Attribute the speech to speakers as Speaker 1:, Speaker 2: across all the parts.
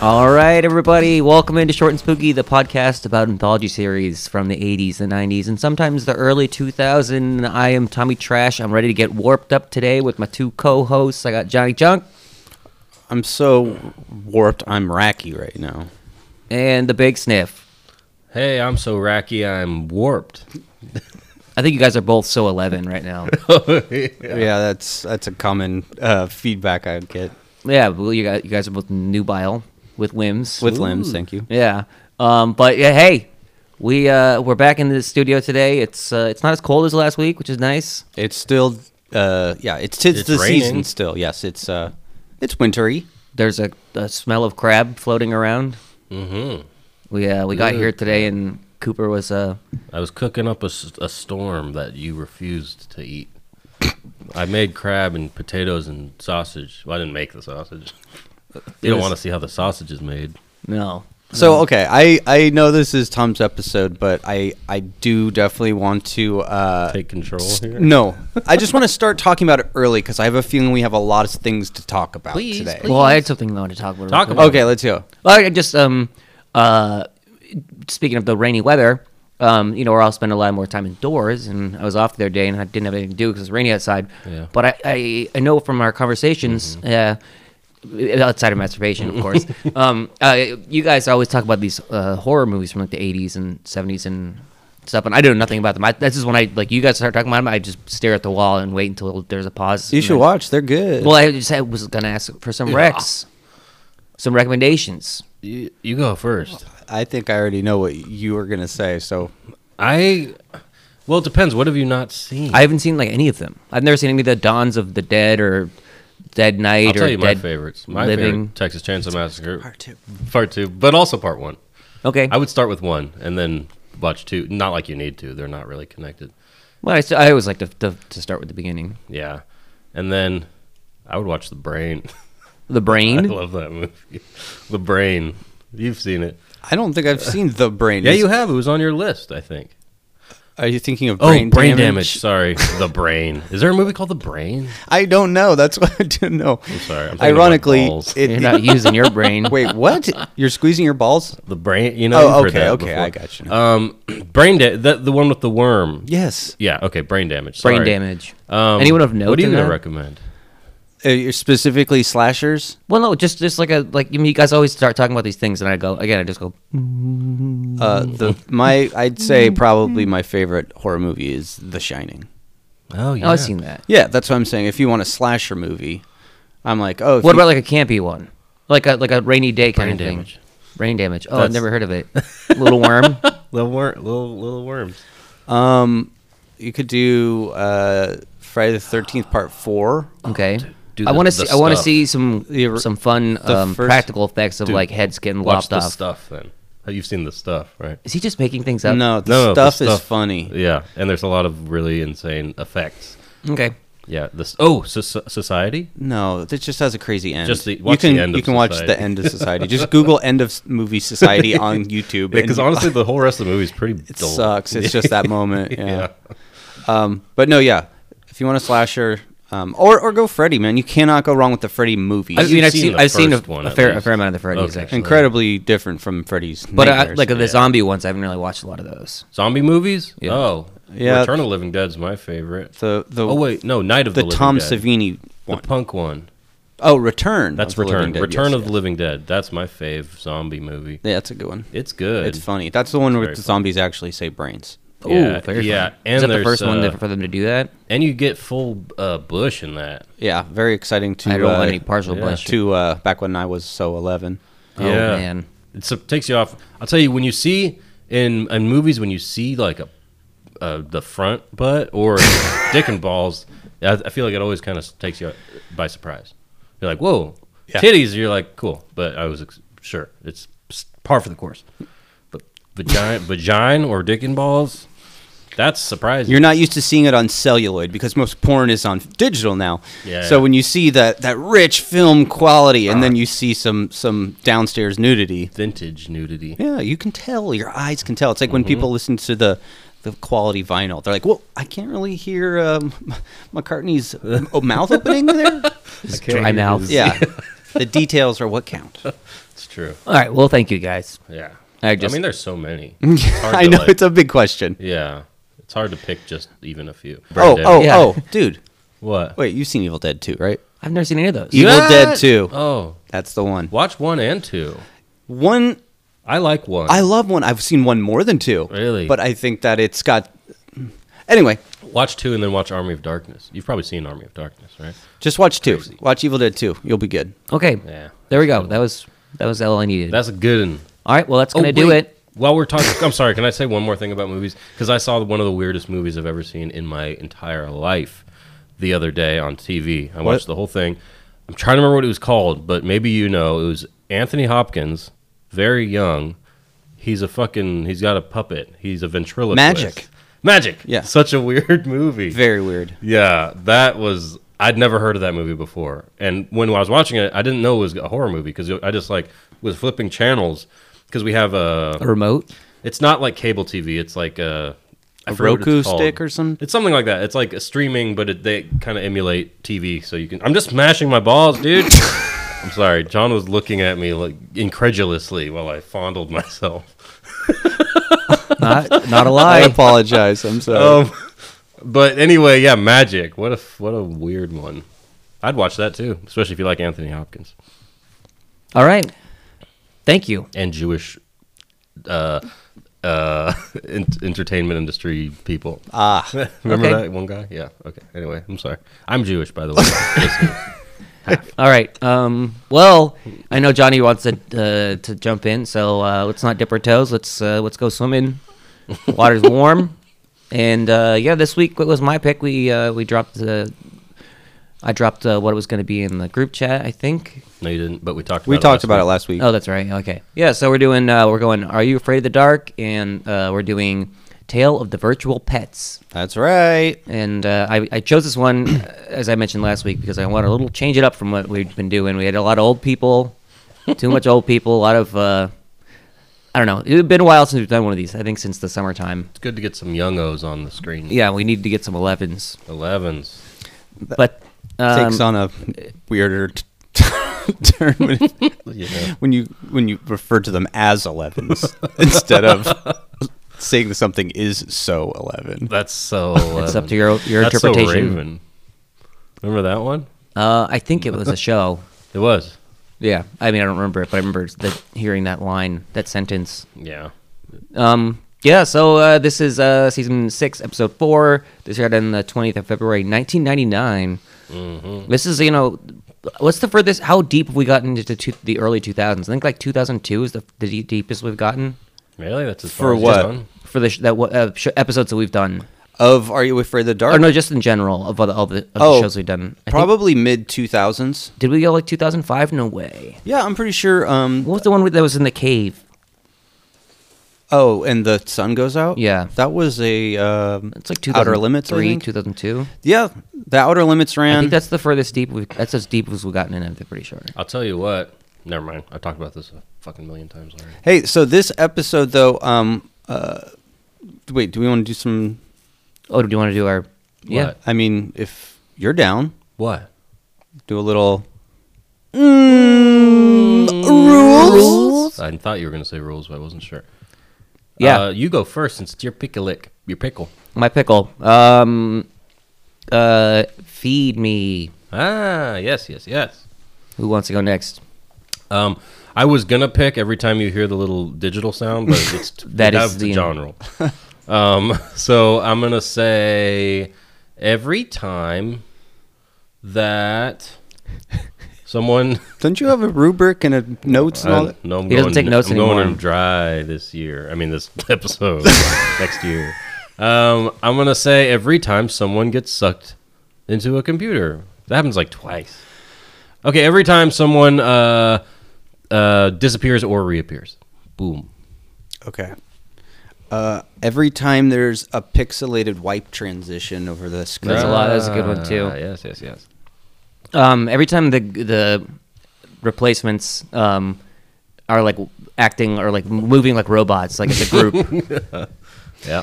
Speaker 1: All right, everybody, welcome into Short and Spooky, the podcast about anthology series from the 80s, the 90s, and sometimes the early 2000s. I am Tommy Trash. I'm ready to get warped up today with my two co-hosts. I got Johnny Junk
Speaker 2: I'm so warped. I'm racky right now.
Speaker 1: and the Big Sniff.
Speaker 3: Hey, I'm so racky, I'm warped.
Speaker 1: I think you guys are both so 11 right now.
Speaker 2: Yeah, that's that's a common uh, feedback I get
Speaker 1: yeah, well, you guys, you guys are both nubile with limbs.
Speaker 2: with limbs. Thank you.
Speaker 1: Yeah. Um, but yeah, hey, we uh, we're back in the studio today. It's uh, it's not as cold as last week, which is nice.
Speaker 2: It's still, uh, yeah, it's Mm-hmm. tis
Speaker 3: It's
Speaker 2: the season
Speaker 3: raining.
Speaker 2: still. Yes, it's uh, it's wintry.
Speaker 1: There's a, a smell of crab floating around. Mm-hmm. We uh, we got here today, and Cooper was uh,
Speaker 3: I was cooking up a, s- a storm that you refused to eat. I made crab and potatoes and sausage. Well, I didn't make the sausage. You don't
Speaker 2: was-
Speaker 3: want to see how the sausage is made.
Speaker 1: no.
Speaker 2: So okay, I I know this is Tom's episode, but I I do definitely want to uh,
Speaker 3: Take control
Speaker 2: s-
Speaker 3: here.
Speaker 2: No, I just want to start talking about it early because I have a feeling we have a lot of things to talk about
Speaker 3: Please,
Speaker 2: today.
Speaker 3: please.
Speaker 1: Well, I had something I wanted to talk about. real
Speaker 3: Talk
Speaker 1: quick.
Speaker 3: about
Speaker 2: Okay, let's go.
Speaker 1: Well, I just um uh speaking of the rainy weather, um you know, where I'll spend a lot more time indoors, and I was off the other day and I didn't have anything to do because it was rainy outside.
Speaker 3: Yeah.
Speaker 1: But I, I I know from our conversations, uh, outside of masturbation, of course. um, uh, you guys always talk about these uh, horror movies from like the '80s and '70s and stuff, and I know nothing about them. I, this is when I like you guys start talking about them. I just stare at the wall and wait until there's a pause.
Speaker 2: You
Speaker 1: and
Speaker 2: should
Speaker 1: then-
Speaker 2: watch. They're good.
Speaker 1: Well, I just I was gonna ask for some recs, some recommendations.
Speaker 3: You, you go first.
Speaker 2: I think I already know what you were gonna say. So
Speaker 3: I. Well, it depends. What have you not seen?
Speaker 1: I haven't seen like any of them. I've never seen any of the Dawns of the Dead or Dead Night
Speaker 3: will
Speaker 1: or
Speaker 3: tell you my
Speaker 1: Dead
Speaker 3: favorites. My
Speaker 1: Living.
Speaker 3: favorite Texas Chainsaw Massacre. Part
Speaker 2: two.
Speaker 3: Part two, but also part one.
Speaker 1: Okay.
Speaker 3: I would start with one and then watch two. Not like you need to. They're not really connected.
Speaker 1: well, I, st- I always like to, to to start with the beginning.
Speaker 3: Yeah. And then I would watch The Brain.
Speaker 1: The
Speaker 3: I
Speaker 1: Brain.
Speaker 3: love that movie. The Brain. You've seen it.
Speaker 2: I don't think I've seen The Brain.
Speaker 3: Yeah,
Speaker 2: Is-
Speaker 3: you have. It was on your list, I think.
Speaker 2: Are you thinking of brain,
Speaker 3: Oh, Sorry. the Brain. Is there a movie called The Brain?
Speaker 2: I don't know. That's what I don't know. I'm
Speaker 3: sorry, I'm thinking about
Speaker 2: Ironically,
Speaker 3: balls.
Speaker 2: it,
Speaker 1: You're not using your brain.
Speaker 2: wait, what? You're squeezing your balls?
Speaker 3: The Brain. You know.
Speaker 2: Oh, okay,
Speaker 3: you've heard that
Speaker 2: okay,
Speaker 3: before.
Speaker 2: I got you.
Speaker 3: Um, brain. Da- the, the one with the worm.
Speaker 2: Yes.
Speaker 3: Yeah. Okay. Brain damage.
Speaker 1: brain
Speaker 3: sorry.
Speaker 1: damage.
Speaker 3: Um,
Speaker 1: Anyone of note
Speaker 3: What are you
Speaker 1: in
Speaker 3: gonna
Speaker 1: that?
Speaker 3: recommend?
Speaker 2: Uh, you're specifically slashers.
Speaker 1: Well, no, just just like a like you, mean, you guys always start talking about these things, and I go again. I just go.
Speaker 2: Uh, the my I'd say probably my favorite horror movie is The Shining.
Speaker 3: Oh yeah.
Speaker 1: Oh, I've seen that.
Speaker 2: Yeah, that's what I'm saying. If you want a slasher movie, I'm like, oh, if
Speaker 1: What
Speaker 2: you-
Speaker 1: about like a campy one? Like a like a rainy day kind
Speaker 3: Brain
Speaker 1: of thing.
Speaker 3: damage.
Speaker 1: Brain damage. Oh, I've
Speaker 3: That's-
Speaker 1: never heard of it. Little worm.
Speaker 3: Little worm. Little little worms.
Speaker 2: um, you could do uh, Friday the Thirteenth Part Four.
Speaker 1: Okay.
Speaker 3: do
Speaker 1: I
Speaker 3: the-
Speaker 1: want to
Speaker 3: the
Speaker 1: see. I want to
Speaker 3: stuff.
Speaker 1: see some
Speaker 2: The or-
Speaker 1: some fun
Speaker 2: the
Speaker 1: um,
Speaker 2: first-
Speaker 1: practical effects of
Speaker 2: Dude,
Speaker 1: like heads getting
Speaker 3: Watch
Speaker 1: lopped
Speaker 3: the
Speaker 1: off.
Speaker 3: stuff then. Oh, You've seen the stuff, right?
Speaker 1: Is he just making things up?
Speaker 2: No, the
Speaker 3: No, no, the
Speaker 2: stuff is
Speaker 3: stuff-
Speaker 2: funny.
Speaker 3: Yeah, and there's a lot of really insane effects.
Speaker 1: Okay.
Speaker 3: Yeah. This. Oh, so- society.
Speaker 2: No, that just has a crazy end.
Speaker 3: Just the-
Speaker 2: you
Speaker 3: watch the
Speaker 2: can
Speaker 3: end
Speaker 2: you
Speaker 3: of
Speaker 2: can watch
Speaker 3: Society.
Speaker 2: the end of Society. Just Google end of s- movie Society on YouTube.
Speaker 3: Because
Speaker 2: and-
Speaker 3: honestly, the whole rest of the movie is pretty
Speaker 2: it
Speaker 3: dull.
Speaker 2: sucks. It's just that moment. Yeah. Um, but no, yeah. If you want a slasher, um, or or go Freddy, man. You cannot go wrong with the Freddy movies.
Speaker 1: I
Speaker 3: You've
Speaker 1: mean, I've
Speaker 3: seen
Speaker 1: seen,
Speaker 3: the
Speaker 1: I've seen a,
Speaker 3: first one,
Speaker 1: a
Speaker 3: at
Speaker 1: fair a
Speaker 3: least.
Speaker 1: fair amount of the Freddy's
Speaker 3: Okay.
Speaker 1: actually,
Speaker 2: Incredibly different from Freddy's.
Speaker 1: but I,
Speaker 2: nightmares.
Speaker 1: like the
Speaker 3: yeah.
Speaker 1: zombie ones, I haven't really watched a lot of those.
Speaker 3: Zombie movies?
Speaker 1: Yeah.
Speaker 3: Oh.
Speaker 2: Yeah.
Speaker 3: Return of the Living Dead's my favorite.
Speaker 2: the the
Speaker 3: oh wait, no, Night of the,
Speaker 2: the
Speaker 3: Living
Speaker 2: Tom
Speaker 3: Dead.
Speaker 2: Savini
Speaker 3: The
Speaker 2: one.
Speaker 3: punk one.
Speaker 2: Oh, Return.
Speaker 3: That's
Speaker 2: of the
Speaker 3: Return.
Speaker 2: Living Dead,
Speaker 3: Return
Speaker 2: yes,
Speaker 3: of
Speaker 2: yes.
Speaker 3: the Living Dead. That's my fave zombie movie.
Speaker 2: Yeah, that's a good one.
Speaker 3: It's good.
Speaker 2: It's funny. That's the one where
Speaker 3: very
Speaker 2: the zombies actually say brains.
Speaker 3: Yeah,
Speaker 1: Ooh, very
Speaker 3: yeah.
Speaker 1: Fun.
Speaker 3: And
Speaker 1: Is that the
Speaker 3: there's,
Speaker 1: first one
Speaker 3: uh,
Speaker 1: that, for them to do that?
Speaker 3: and you get full uh, bush in that.
Speaker 2: Yeah, very exciting to
Speaker 1: I don't
Speaker 2: uh,
Speaker 1: want any partial
Speaker 3: yeah.
Speaker 1: blush.
Speaker 2: to uh, back when I was so eleven.
Speaker 1: Oh, man.
Speaker 3: It's, it takes you off. I'll tell you when you see in in movies when you see like a uh, the front butt or dick and balls, I, I feel like it always kind of takes you by surprise. You're like, whoa, titties. You're like, cool. But I was ex- sure it's par for the course. But vagina, vagina or dick and balls, that's surprising.
Speaker 2: You're not used to seeing it on celluloid because most porn is on digital now.
Speaker 3: Yeah,
Speaker 2: so
Speaker 3: yeah. Ah.
Speaker 2: when you see that that rich film quality and then you see some some downstairs nudity,
Speaker 3: vintage nudity.
Speaker 2: yeah, you can tell. Your eyes can tell. It's like
Speaker 3: Mm-hmm.
Speaker 2: when people listen to the the quality vinyl. They're like, "Well, I can't really hear um, McCartney's uh, mouth opening there."
Speaker 1: Dry mouth.
Speaker 2: Yeah. the details are what count.
Speaker 3: It's true.
Speaker 1: All right. Well, thank you guys.
Speaker 3: Yeah.
Speaker 1: I
Speaker 3: I,
Speaker 1: just-
Speaker 3: mean, there's so many.
Speaker 2: I know it's a big question.
Speaker 3: yeah. It's hard to pick just even a few.
Speaker 2: Oh,
Speaker 3: Dead.
Speaker 2: oh,
Speaker 1: Yeah.
Speaker 2: oh, dude.
Speaker 3: What?
Speaker 2: Wait, you've seen Evil Dead 2, right?
Speaker 1: I've never seen any of those.
Speaker 2: Evil
Speaker 3: Yeah.
Speaker 2: Dead 2.
Speaker 3: Oh,
Speaker 2: That's the one.
Speaker 3: watch one and two.
Speaker 2: One,
Speaker 3: I like one.
Speaker 2: I love one. I've seen one more than two.
Speaker 3: Really?
Speaker 2: But I think that it's got. Anyway,
Speaker 3: watch two and then watch Army of Darkness. You've probably seen Army of Darkness, right?
Speaker 2: just watch two. Watch Evil Dead 2. You'll be good.
Speaker 1: Okay.
Speaker 3: Yeah.
Speaker 1: There we go. That was that was all I needed.
Speaker 3: That's a good one.
Speaker 1: all right. Well, that's gonna
Speaker 3: Oh,
Speaker 1: do
Speaker 3: wait.
Speaker 1: it.
Speaker 3: While we're talking, I'm sorry. Can I say one more thing about movies? Because I saw one of the weirdest movies I've ever seen in my entire life the other day on TV. I watched the whole thing. I'm trying to remember what it was called, but maybe you know. It was Anthony Hopkins, very young. He's a fucking. He's got a puppet. He's a ventriloquist.
Speaker 2: Magic.
Speaker 3: Magic.
Speaker 2: Yeah.
Speaker 3: Such a weird movie.
Speaker 2: Very weird.
Speaker 3: Yeah, that was. I'd never heard of that movie before, and when I was watching it, I didn't know it was a horror movie because I just like was flipping channels because we have
Speaker 1: A
Speaker 3: a.
Speaker 1: remote.
Speaker 3: It's not like cable TV. It's like a, I
Speaker 2: A
Speaker 3: forget what it's
Speaker 2: Roku
Speaker 3: called.
Speaker 2: stick or something?
Speaker 3: It's something like that. It's like a streaming, but it, they kind of emulate TV, so you can. I'm just smashing my balls, dude. I'm sorry. John was looking at me like incredulously while I fondled myself.
Speaker 1: Not not a
Speaker 2: I
Speaker 1: lie. Oh,
Speaker 2: apologize. I'm sorry.
Speaker 3: Um, but anyway, yeah, Magic. What a f- what a weird one. I'd watch that too, especially if you like Anthony Hopkins
Speaker 1: all right. Thank you.
Speaker 3: and Jewish uh, uh, en- entertainment industry people.
Speaker 2: ah.
Speaker 3: Remember
Speaker 1: okay.
Speaker 3: that one guy? Yeah. Okay. Anyway, I'm sorry. I'm Jewish, by the way. Listen.
Speaker 1: All right. Um, well, I know Johnny wants to uh, to jump in, so uh, let's not dip our toes. Let's uh, let's go swimming. Water's warm, and uh, yeah, this week what was my pick? We uh, we dropped the. I dropped uh, what it was going to be in the group chat, I think.
Speaker 3: no, you didn't. But we talked. About
Speaker 2: We
Speaker 3: it
Speaker 2: talked about it
Speaker 3: week.
Speaker 2: last week.
Speaker 1: Oh, that's right. Okay. Yeah, so we're doing uh, we're going Are You Afraid of the Dark and uh, we're doing Tale of the Virtual Pets.
Speaker 2: That's right.
Speaker 1: And uh, I, I chose this one, uh, as I mentioned last week, because I want to little change it up from what we've been doing. We had a lot of old people, too much old people, a lot of, uh, I don't know. It's been a while since we've done one of these. I think since the summertime.
Speaker 3: It's good to get some young O's on the screen.
Speaker 1: Yeah, we need to get some 11s.
Speaker 3: Elevens.
Speaker 1: But um,
Speaker 2: Takes on a weirder t- turn when,
Speaker 3: Yeah.
Speaker 2: when you when you refer to them as 11s instead of saying something is so 11.
Speaker 3: That's so.
Speaker 1: it's up to
Speaker 3: 11.
Speaker 1: your your
Speaker 3: That's So
Speaker 1: interpretation.
Speaker 3: Raven. Remember that one?
Speaker 1: uh, I think it was a show.
Speaker 3: It was.
Speaker 1: Yeah, I mean, I don't remember it, but I remember the, hearing that line, that sentence.
Speaker 3: Yeah.
Speaker 1: Um, yeah, so uh, this is uh, season six, episode four. This aired on the twentieth of February, nineteen ninety nine.
Speaker 2: Mm-hmm.
Speaker 1: This is you know, what's the furthest? How deep have we gotten into two, the early two thousands? I think like two thousand two is the, the de- deepest we've gotten
Speaker 3: Really? That's as
Speaker 2: For
Speaker 3: far as
Speaker 2: what?
Speaker 3: it's gone?
Speaker 1: for the sh- that wa- uh, sh- episodes that we've done.
Speaker 2: Of Are You Afraid of the Dark?
Speaker 1: Or Oh, no, just in general of all the, all the, of
Speaker 2: Oh,
Speaker 1: the shows we've done. I think-
Speaker 2: Probably mid 2000s.
Speaker 1: did we go like two thousand five? No way.
Speaker 2: Yeah, I'm pretty sure. Um,
Speaker 1: What was the one with- that was in the cave?
Speaker 2: oh, and the sun goes out.
Speaker 1: Yeah.
Speaker 2: that was a. Um,
Speaker 1: It's like two
Speaker 2: Outer Limits. I think.
Speaker 1: two thousand two.
Speaker 2: Yeah, the outer limits ran.
Speaker 1: I think that's the furthest deep. We've, that's as deep as we've gotten in. I'm pretty sure.
Speaker 3: I'll tell you what. Never mind. I talked about this a fucking million times already.
Speaker 2: Hey, so this episode though, um, uh, wait, do we want to do some?
Speaker 1: Oh, do you want to do our? Yeah.
Speaker 3: What?
Speaker 2: I mean, if you're down,
Speaker 3: What?
Speaker 2: do a little. Mm, rules.
Speaker 3: I thought you were going to say rules, but I wasn't sure.
Speaker 1: Yeah.
Speaker 3: Uh, you go first since it's your pickle lick. Your pickle.
Speaker 1: My pickle. Um, uh, feed me.
Speaker 3: Ah, yes, yes, yes.
Speaker 1: Who wants to go next?
Speaker 3: Um, I was going to pick every time you hear the little digital sound, but it's
Speaker 1: That
Speaker 3: that's
Speaker 1: is
Speaker 3: the
Speaker 1: the-
Speaker 3: John rule. um, so I'm going to say every time that someone.
Speaker 2: Don't you have a rubric and a notes and all
Speaker 3: I,
Speaker 2: that?
Speaker 3: no, I'm
Speaker 1: He
Speaker 3: going,
Speaker 1: doesn't take notes
Speaker 3: I'm
Speaker 1: anymore.
Speaker 3: going in dry this year. I mean, this episode next year. Um, I'm gonna say every time someone gets sucked into a computer, that happens like twice. Okay, every time someone uh, uh, disappears or reappears, boom.
Speaker 2: Okay. Uh, every time there's a pixelated wipe transition over the screen.
Speaker 1: That's a lot. That's a good one,
Speaker 3: Ah,
Speaker 1: too.
Speaker 3: Yes, yes, yes.
Speaker 1: Um, every time the the replacements um are like acting or like moving like robots, like it's a group.
Speaker 3: Yeah.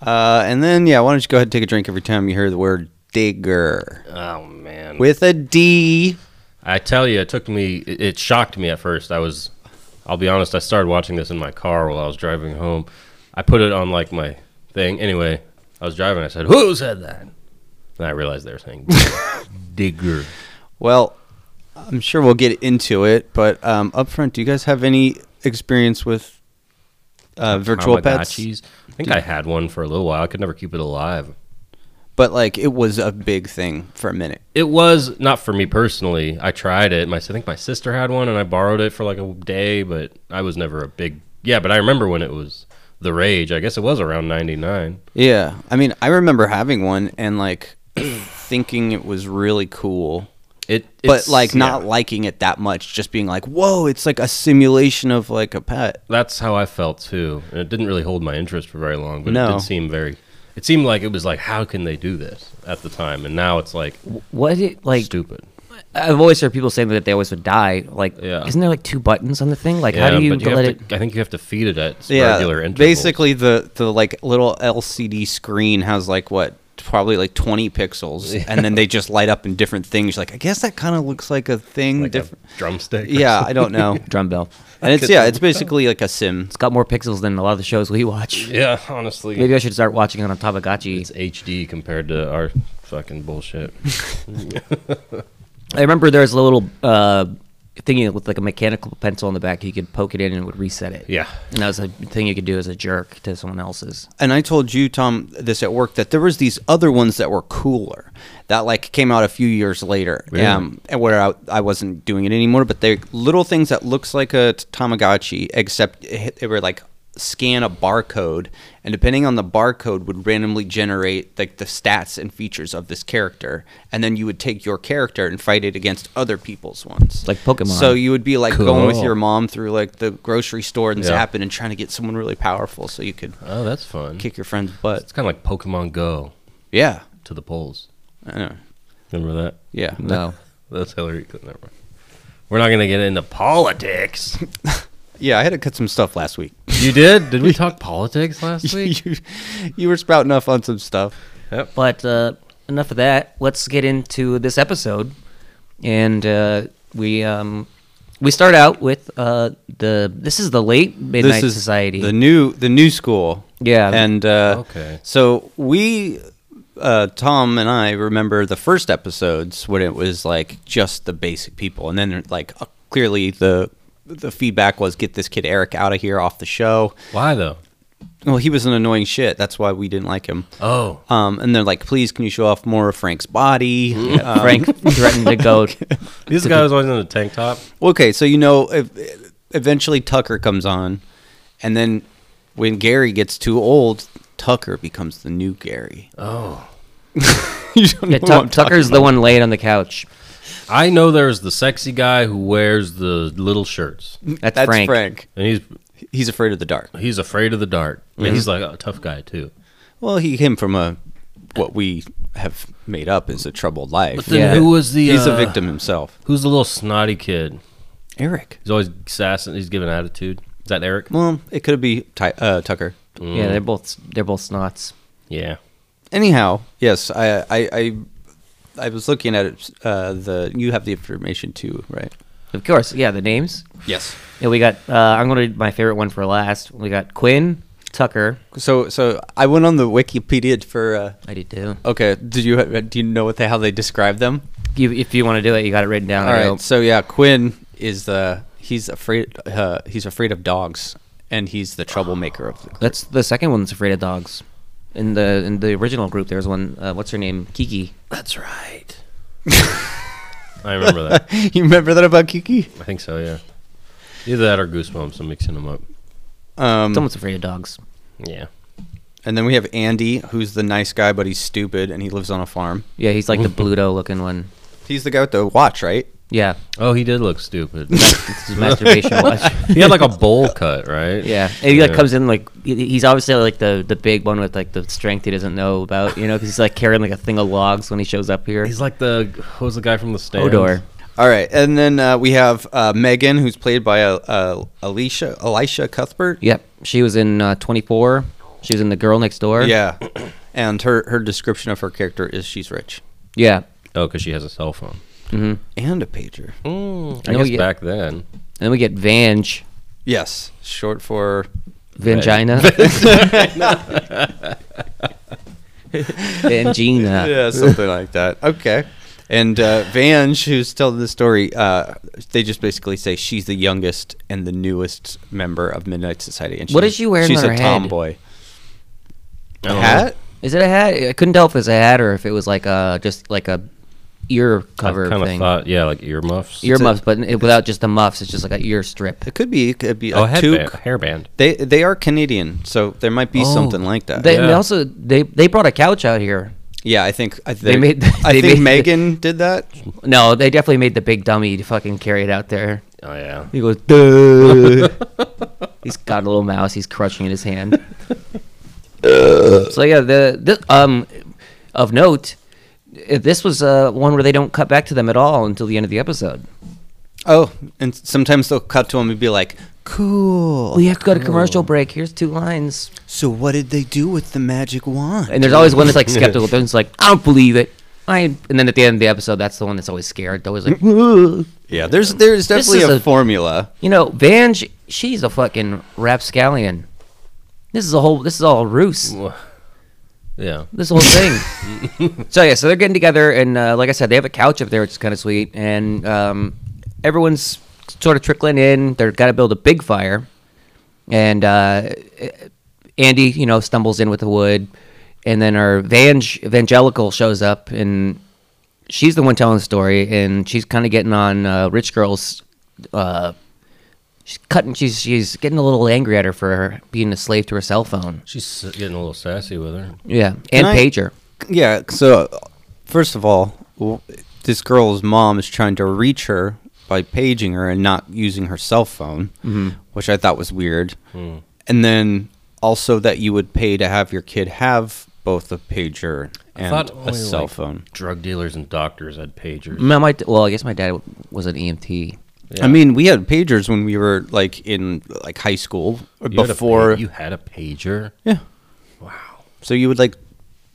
Speaker 2: Uh, and then yeah, why don't you go ahead and take a drink every time you hear the word digger
Speaker 3: Oh man.
Speaker 2: with a D.
Speaker 3: I tell you, it took me. It, it shocked me at first. I was, I'll be honest. I started watching this in my car while I was driving home. I put it on like my thing. Anyway, I was driving. I said, "Who said that?" And I realized they were saying "digger."
Speaker 2: Well, I'm sure we'll get into it, but um, up front, do you guys have any experience with uh, virtual pets?
Speaker 3: Tamagotchis. I think I had one for a little while. I could never keep it alive.
Speaker 2: But like, it was a big thing for a minute.
Speaker 3: It was not for me personally. I tried it. My, I think my sister had one, and I borrowed it for like a day, but I was never a big yeah. But I remember when it was the rage. I guess it was around '99.
Speaker 2: Yeah, I mean, I remember having one and like thinking it was really cool,
Speaker 3: It,
Speaker 2: but
Speaker 3: it's-
Speaker 2: like not
Speaker 3: yeah.
Speaker 2: liking it that much. Just being like, "Whoa, it's like a simulation of like a pet."
Speaker 3: That's how I felt too. And it didn't really hold my interest for very long, but it
Speaker 2: No.
Speaker 3: did seem very. It seemed like it was like, how can they do this at the time? And now it's like
Speaker 1: What it like?
Speaker 3: stupid.
Speaker 1: I've always heard people saying that they always would die. Like,
Speaker 3: Yeah.
Speaker 1: isn't there like two buttons on the thing? Like, how
Speaker 3: Yeah,
Speaker 1: do you,
Speaker 3: but you
Speaker 1: let
Speaker 3: have
Speaker 1: it?
Speaker 3: to, I think you have to feed it at
Speaker 2: Yeah,
Speaker 3: regular intervals.
Speaker 2: basically the the like little LCD screen has like what probably like 20 pixels, and then they just light up in different things. You're like, I guess that kind of looks like a thing.
Speaker 3: like
Speaker 2: different.
Speaker 3: a drumstick. or
Speaker 2: yeah,
Speaker 3: something.
Speaker 2: I don't know.
Speaker 1: Drum bell.
Speaker 2: And it's yeah, it's basically like a sim.
Speaker 1: It's got more pixels than a lot of the shows we watch.
Speaker 3: yeah. Honestly,
Speaker 1: Maybe I should start watching it on Tamagotchi.
Speaker 3: it's HD compared to our fucking bullshit.
Speaker 1: I remember there was a little uh, thingy with like a mechanical pencil on the back. You could poke it in and it would reset it.
Speaker 3: Yeah.
Speaker 1: And that was a thing you could do as a jerk to someone else's.
Speaker 2: And I told you, Tom, this at work that there was these other ones that were cooler that like came out a few years later.
Speaker 3: Really?
Speaker 2: Um, and where I, I wasn't doing it anymore, but they're little things that looks like a t- Tamagotchi, except it, they were like scan a barcode, and depending on the barcode, would randomly generate like the stats and features of this character, and then you would take your character and fight it against other people's ones,
Speaker 1: Like Pokemon.
Speaker 2: So you would be like going with
Speaker 3: Cool.
Speaker 2: your mom through like the grocery store and
Speaker 3: Yeah.
Speaker 2: zapping and trying to get someone really powerful so you could
Speaker 3: Oh, that's fun.
Speaker 2: kick your friend's butt.
Speaker 3: It's kind of like Pokemon Go
Speaker 2: Yeah.
Speaker 3: to the polls.
Speaker 2: I know.
Speaker 3: Remember that?
Speaker 2: Yeah.
Speaker 1: No.
Speaker 3: That's Hillary Clinton. Never mind. We're not gonna get into politics.
Speaker 2: Yeah, I had to cut some stuff last week.
Speaker 3: you did? Did we talk politics last week?
Speaker 2: you, you were spouting off on some stuff.
Speaker 3: Yep.
Speaker 1: But uh, enough of that. Let's get into this episode. And uh, we um, we start out with uh, the this is the late Midnight Society.
Speaker 2: the new the new school.
Speaker 1: Yeah.
Speaker 2: And uh,
Speaker 3: Okay.
Speaker 2: So we, uh, Tom and I, remember the first episodes when it was like just the basic people, and then like uh, clearly the the feedback was get this kid Eric out of here off the show.
Speaker 3: Why though?
Speaker 2: Well, he was an annoying shit. That's why we didn't like him.
Speaker 3: Oh,
Speaker 2: Um, and they're like, please, can you show off more of Frank's body? Um,
Speaker 1: Frank threatened to go.
Speaker 3: this guy was always in a tank top.
Speaker 2: Okay, so you know, ev- eventually Tucker comes on, and then when Gary gets too old, Tucker becomes the new Gary.
Speaker 3: Oh,
Speaker 2: you don't know
Speaker 1: Yeah,
Speaker 2: who
Speaker 1: Tuck-
Speaker 2: I'm talking-
Speaker 1: Tucker's the one laying on the couch.
Speaker 3: I know. There's the sexy guy who wears the little shirts,
Speaker 1: That's,
Speaker 2: That's Frank.
Speaker 1: Frank.
Speaker 3: and he's
Speaker 2: He's afraid of the dark.
Speaker 3: he's afraid of the dark. And he's like a tough guy too.
Speaker 2: Well, he came from a what we have made up is a troubled life.
Speaker 1: then Yeah.
Speaker 3: who was the? uh,
Speaker 2: He's a victim himself.
Speaker 3: Who's the little snotty kid?
Speaker 2: Eric.
Speaker 3: He's always sassing. He's giving attitude. Is that Eric?
Speaker 1: Mm.
Speaker 2: Well, it could be Ty- uh, Tucker.
Speaker 1: Yeah, they're both they're both snots.
Speaker 3: Yeah.
Speaker 2: Anyhow, yes, I, I, I, I was looking at it. Uh, the you have the information too, right?
Speaker 1: Of course, yeah, the names.
Speaker 2: Yes.
Speaker 1: Yeah, we got. Uh, I'm gonna do my favorite one for last. We got Quinn Tucker.
Speaker 2: So, so I went on the Wikipedia for. Uh,
Speaker 1: I did too.
Speaker 2: Okay. Did you uh, do you know what they, how they describe them?
Speaker 1: You, if you want to do it, you got it written down.
Speaker 2: All
Speaker 1: I
Speaker 2: right.
Speaker 1: hope.
Speaker 2: So yeah, Quinn is the he's afraid uh, he's afraid of dogs, and he's the troublemaker of the.
Speaker 1: That's the second one that's afraid of dogs. In the in the original group, there's one. Uh, what's her name? Kiki.
Speaker 2: That's right.
Speaker 3: I remember that.
Speaker 2: you remember that about Kiki?
Speaker 3: I think so. Yeah. Either that or Goosebumps. I'm mixing them up.
Speaker 2: Um,
Speaker 1: Someone's afraid of dogs.
Speaker 3: Yeah.
Speaker 2: and then we have Andy, who's the nice guy, but he's stupid, and he lives on a farm.
Speaker 1: Yeah, he's like the Bluto looking one.
Speaker 2: He's the guy with the watch, right?
Speaker 1: Yeah,
Speaker 3: Oh, he did look stupid.
Speaker 1: it's his masturbation watch.
Speaker 3: he had like a bowl cut, right?
Speaker 1: Yeah, and he like
Speaker 3: Yeah.
Speaker 1: comes in like he- he's obviously like the the big one with like the strength he doesn't know about, you know, because he's like carrying like a thing of logs when he shows up here.
Speaker 3: He's like the who's the guy from the stand?
Speaker 1: Odor.
Speaker 2: All right, and then uh, we have uh, Megan, who's played by uh, uh, Alicia Elisha Cuthbert.
Speaker 1: Yep, she was in uh, 24. She was in The Girl Next Door.
Speaker 2: Yeah, and her her description of her character is she's rich.
Speaker 1: yeah.
Speaker 3: Oh, because she has a cell phone.
Speaker 1: Mm-hmm.
Speaker 2: and a pager.
Speaker 3: Mm, I
Speaker 1: No,
Speaker 2: Oh,
Speaker 3: guess
Speaker 1: yeah.
Speaker 3: back then.
Speaker 1: And then we get Vange,
Speaker 2: Yes, short for
Speaker 1: Vangina, Vangina.
Speaker 2: yeah, something like that. Okay. And uh, Vange, who's telling the story, uh, they just basically say she's the youngest and the newest member of Midnight Society. And
Speaker 1: What
Speaker 2: she's-
Speaker 1: is she wearing on
Speaker 2: She's
Speaker 1: her
Speaker 2: a
Speaker 1: head?
Speaker 2: tomboy.
Speaker 3: I
Speaker 2: A
Speaker 3: don't know.
Speaker 2: hat?
Speaker 1: Is it a hat? I couldn't tell if it was a hat or if it was like a just like a ear cover
Speaker 3: I kind of
Speaker 1: thing.
Speaker 3: thought, yeah, like earmuffs.
Speaker 1: ear muffs, but it, without just the muffs, it's just like an ear strip.
Speaker 2: It could be. It could be
Speaker 3: oh,
Speaker 2: a
Speaker 3: headband,
Speaker 2: toque.
Speaker 3: hairband.
Speaker 2: They they are Canadian, so there might be
Speaker 1: Oh.
Speaker 2: something like that.
Speaker 1: They,
Speaker 3: Yeah.
Speaker 1: they also they they brought a couch out here.
Speaker 2: yeah, I think I,
Speaker 1: They
Speaker 2: they
Speaker 1: made-
Speaker 2: I
Speaker 1: they
Speaker 2: think
Speaker 1: made-
Speaker 2: Megan did that.
Speaker 1: No, they definitely made the big dummy to fucking carry it out there.
Speaker 3: Oh yeah.
Speaker 1: He goes, duh. he's got a little mouse. He's crushing in his hand. so yeah, the, the um, of note, uh, this was uh, one where they don't cut back to them at all until the end of the episode.
Speaker 2: Oh, and sometimes they'll cut to him and be like, "Cool."
Speaker 1: We have to go to commercial break. Here's two lines,
Speaker 2: So what did they do with the magic wand?
Speaker 1: and there's always one that's like skeptical. There's like, I don't believe it. I and then at the end of the episode, that's the one that's always scared. Always like, "Ugh."
Speaker 2: yeah, there's there's definitely
Speaker 1: is
Speaker 2: a,
Speaker 1: a-
Speaker 2: formula.
Speaker 1: you know, Vange, she's a fucking rapscallion. This is a whole. This is all a ruse.
Speaker 3: Wha- Yeah.
Speaker 1: this whole thing. so yeah, so they're getting together, and uh, like I said, they have a couch up there, which is kind of sweet, and um, everyone's sort of trickling in. They're got to build a big fire, and uh, Andy, you know, stumbles in with the wood, and then our Vang- evangelical shows up, and she's the one telling the story, and she's kind of getting on uh, Rich Girl's. Uh, She's cutting. She's she's getting a little angry at her for being a slave to her cell phone.
Speaker 3: She's getting a little sassy with her.
Speaker 1: Yeah, and
Speaker 2: I-
Speaker 1: pager.
Speaker 2: Yeah. So first of all, w- this girl's mom is trying to reach her by paging her and not using her cell phone,
Speaker 3: Mm-hmm.
Speaker 2: which I thought was weird.
Speaker 3: Hmm.
Speaker 2: And then also that you would pay to have your kid have both a pager
Speaker 3: I
Speaker 2: and
Speaker 3: thought
Speaker 2: a
Speaker 3: only,
Speaker 2: cell
Speaker 3: like,
Speaker 2: phone.
Speaker 3: Drug dealers and doctors had pagers.
Speaker 1: My, my well, I guess my dad was an E EMT.
Speaker 3: Yeah.
Speaker 2: I mean, we had pagers when we were like in like high school or
Speaker 3: You had a pa-
Speaker 2: before.
Speaker 3: you had a pager.
Speaker 2: yeah.
Speaker 3: Wow.
Speaker 2: So you would like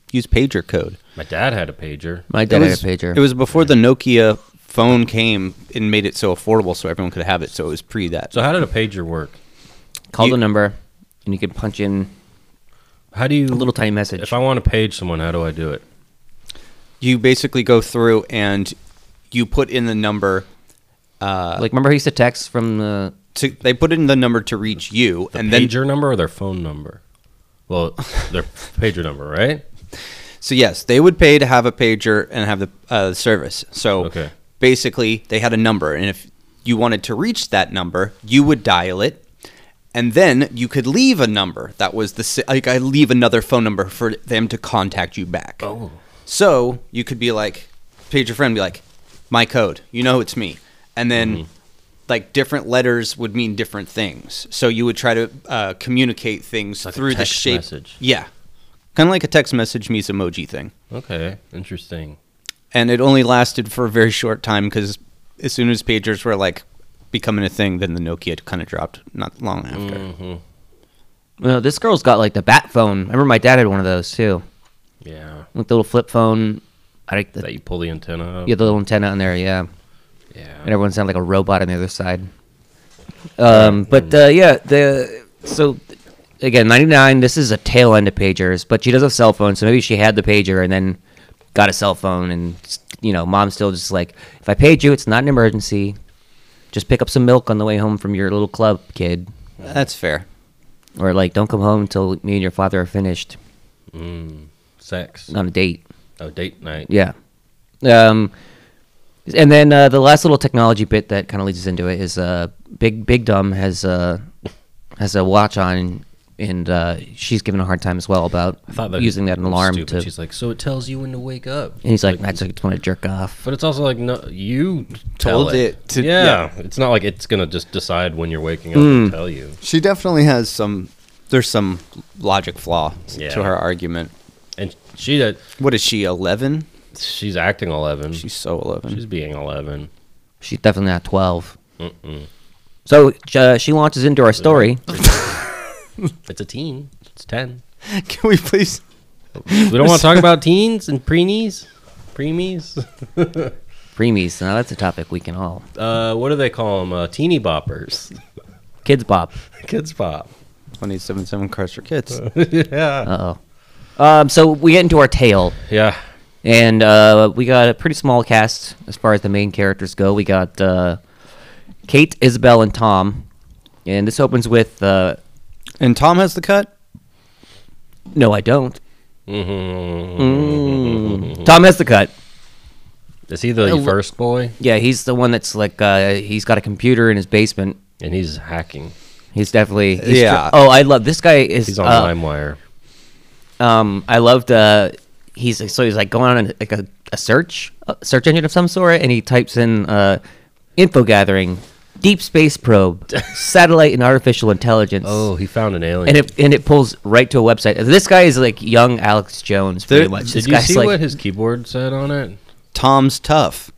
Speaker 2: use pager code.
Speaker 3: My dad had a pager.
Speaker 1: My
Speaker 2: It
Speaker 1: dad
Speaker 2: was,
Speaker 1: had a pager.
Speaker 2: It was before the Nokia phone came and made it so affordable so everyone could have it. So it was pre that.
Speaker 3: So how did a pager work?
Speaker 1: call the
Speaker 2: you-
Speaker 1: number, and you could punch in
Speaker 3: How do
Speaker 1: a
Speaker 3: you
Speaker 1: little tiny message.
Speaker 3: If I want to page someone, how do I do it?
Speaker 2: you basically go through and you put in the number. Uh,
Speaker 1: like, remember he used to text from the
Speaker 2: to, they put in the number to reach you,
Speaker 3: The
Speaker 2: and then
Speaker 3: pager number or their phone number? Well, their pager number, right?
Speaker 2: So yes, they would pay to have a pager and have the uh, service. So
Speaker 3: Okay.
Speaker 2: basically, they had a number, and if you wanted to reach that number, you would dial it, and then you could leave a number. That was the si- like I leave another phone number for them to contact you back.
Speaker 3: Oh.
Speaker 2: So you could be like, page your friend, be like, my code. You know it's me, and
Speaker 3: Mm-hmm.
Speaker 2: then. Like different letters would mean different things, so you would try to uh, communicate things
Speaker 3: Like a
Speaker 2: through the
Speaker 3: text
Speaker 2: shape.
Speaker 3: message.
Speaker 2: Yeah, kind of like a text message meets emoji thing
Speaker 3: Okay, interesting.
Speaker 2: and it only lasted for a very short time because as soon as pagers were like becoming a thing, then the Nokia kind of dropped not long after.
Speaker 3: Mm-hmm.
Speaker 1: well, this girl's got like the bat phone. I remember my dad had one of those too,
Speaker 3: Yeah,
Speaker 1: with the little flip phone. I like
Speaker 3: that
Speaker 1: the,
Speaker 3: you pull the antenna. Up.
Speaker 1: yeah, the little antenna on there. Yeah, and
Speaker 3: yeah.
Speaker 1: everyone sounded like a robot on the other side. Um, but uh, yeah, the so again, ninety nine. This is a tail end of pagers, but she does have a cell phone, so maybe she had the pager and then got a cell phone, and you know, mom's still just like, if I paid you, it's not an emergency. Just pick up some milk on the way home from your little club, kid,
Speaker 2: That's fair.
Speaker 1: or like, don't come home until me and your father are finished
Speaker 3: Mm. Sex.
Speaker 1: on a date.
Speaker 3: Oh, date night.
Speaker 1: Yeah. Um, and then uh, the last little technology bit that kind of leads us into it is uh, Big Big Dumb has uh, has a watch on, and uh, she's given a hard time as well about
Speaker 3: I thought
Speaker 1: using that an alarm
Speaker 3: stupid.
Speaker 1: to.
Speaker 3: She's like, so it tells you when to wake up.
Speaker 1: and he's like, "That's just want to jerk off."
Speaker 3: But it's also like no, you
Speaker 2: Told
Speaker 3: tell
Speaker 2: it to-
Speaker 3: yeah.
Speaker 2: yeah.
Speaker 3: it's not like it's gonna just decide when you're waking up
Speaker 1: Mm.
Speaker 3: and tell you.
Speaker 2: She definitely has some. There's some logic flaw
Speaker 3: Yeah.
Speaker 2: to her argument.
Speaker 3: And she did.
Speaker 2: What is she? Eleven?
Speaker 3: She's acting eleven.
Speaker 2: She's
Speaker 3: She's,
Speaker 2: so eleven.
Speaker 3: being eleven.
Speaker 1: She's definitely not 12 So uh, she launches into our story.
Speaker 3: It's a teen. It's ten.
Speaker 2: Can we please?
Speaker 3: We don't want to talk about teens and preenies, preemies.
Speaker 1: Freemies. Now that's a topic we can all.
Speaker 3: Uh, what do they call them? Uh, teeny boppers,
Speaker 1: Kids Bop.
Speaker 3: kids pop.
Speaker 2: 2877 Crush Your Kids.
Speaker 3: yeah,
Speaker 1: Uh oh. Um, so we get into our tale,
Speaker 3: yeah.
Speaker 1: and uh, we got a pretty small cast as far as the main characters go. We got uh, Kate, Isabel, and Tom. And this opens with uh,
Speaker 2: And Tom has the cut?
Speaker 1: No, I don't.
Speaker 3: Mm-hmm.
Speaker 1: Tom has the cut.
Speaker 3: Is he the
Speaker 1: Ele-
Speaker 3: first boy?
Speaker 1: Yeah, he's the one that's like uh, he's got a computer in his basement.
Speaker 3: And he's hacking.
Speaker 1: He's definitely he's
Speaker 2: Yeah.
Speaker 1: oh, I love this guy is
Speaker 3: He's on
Speaker 1: uh,
Speaker 3: LimeWire.
Speaker 1: um I loved uh he's so he's like going on like a, a search a search engine of some sort and he types in uh info gathering deep space probe satellite and artificial intelligence
Speaker 3: Oh, he found an alien.
Speaker 1: and it and it pulls right to a website this guy is like young Alex Jones pretty
Speaker 2: There-
Speaker 1: much this
Speaker 3: Did you
Speaker 1: guy's
Speaker 3: see
Speaker 1: like
Speaker 3: what his keyboard said on it?
Speaker 2: Tom's tough.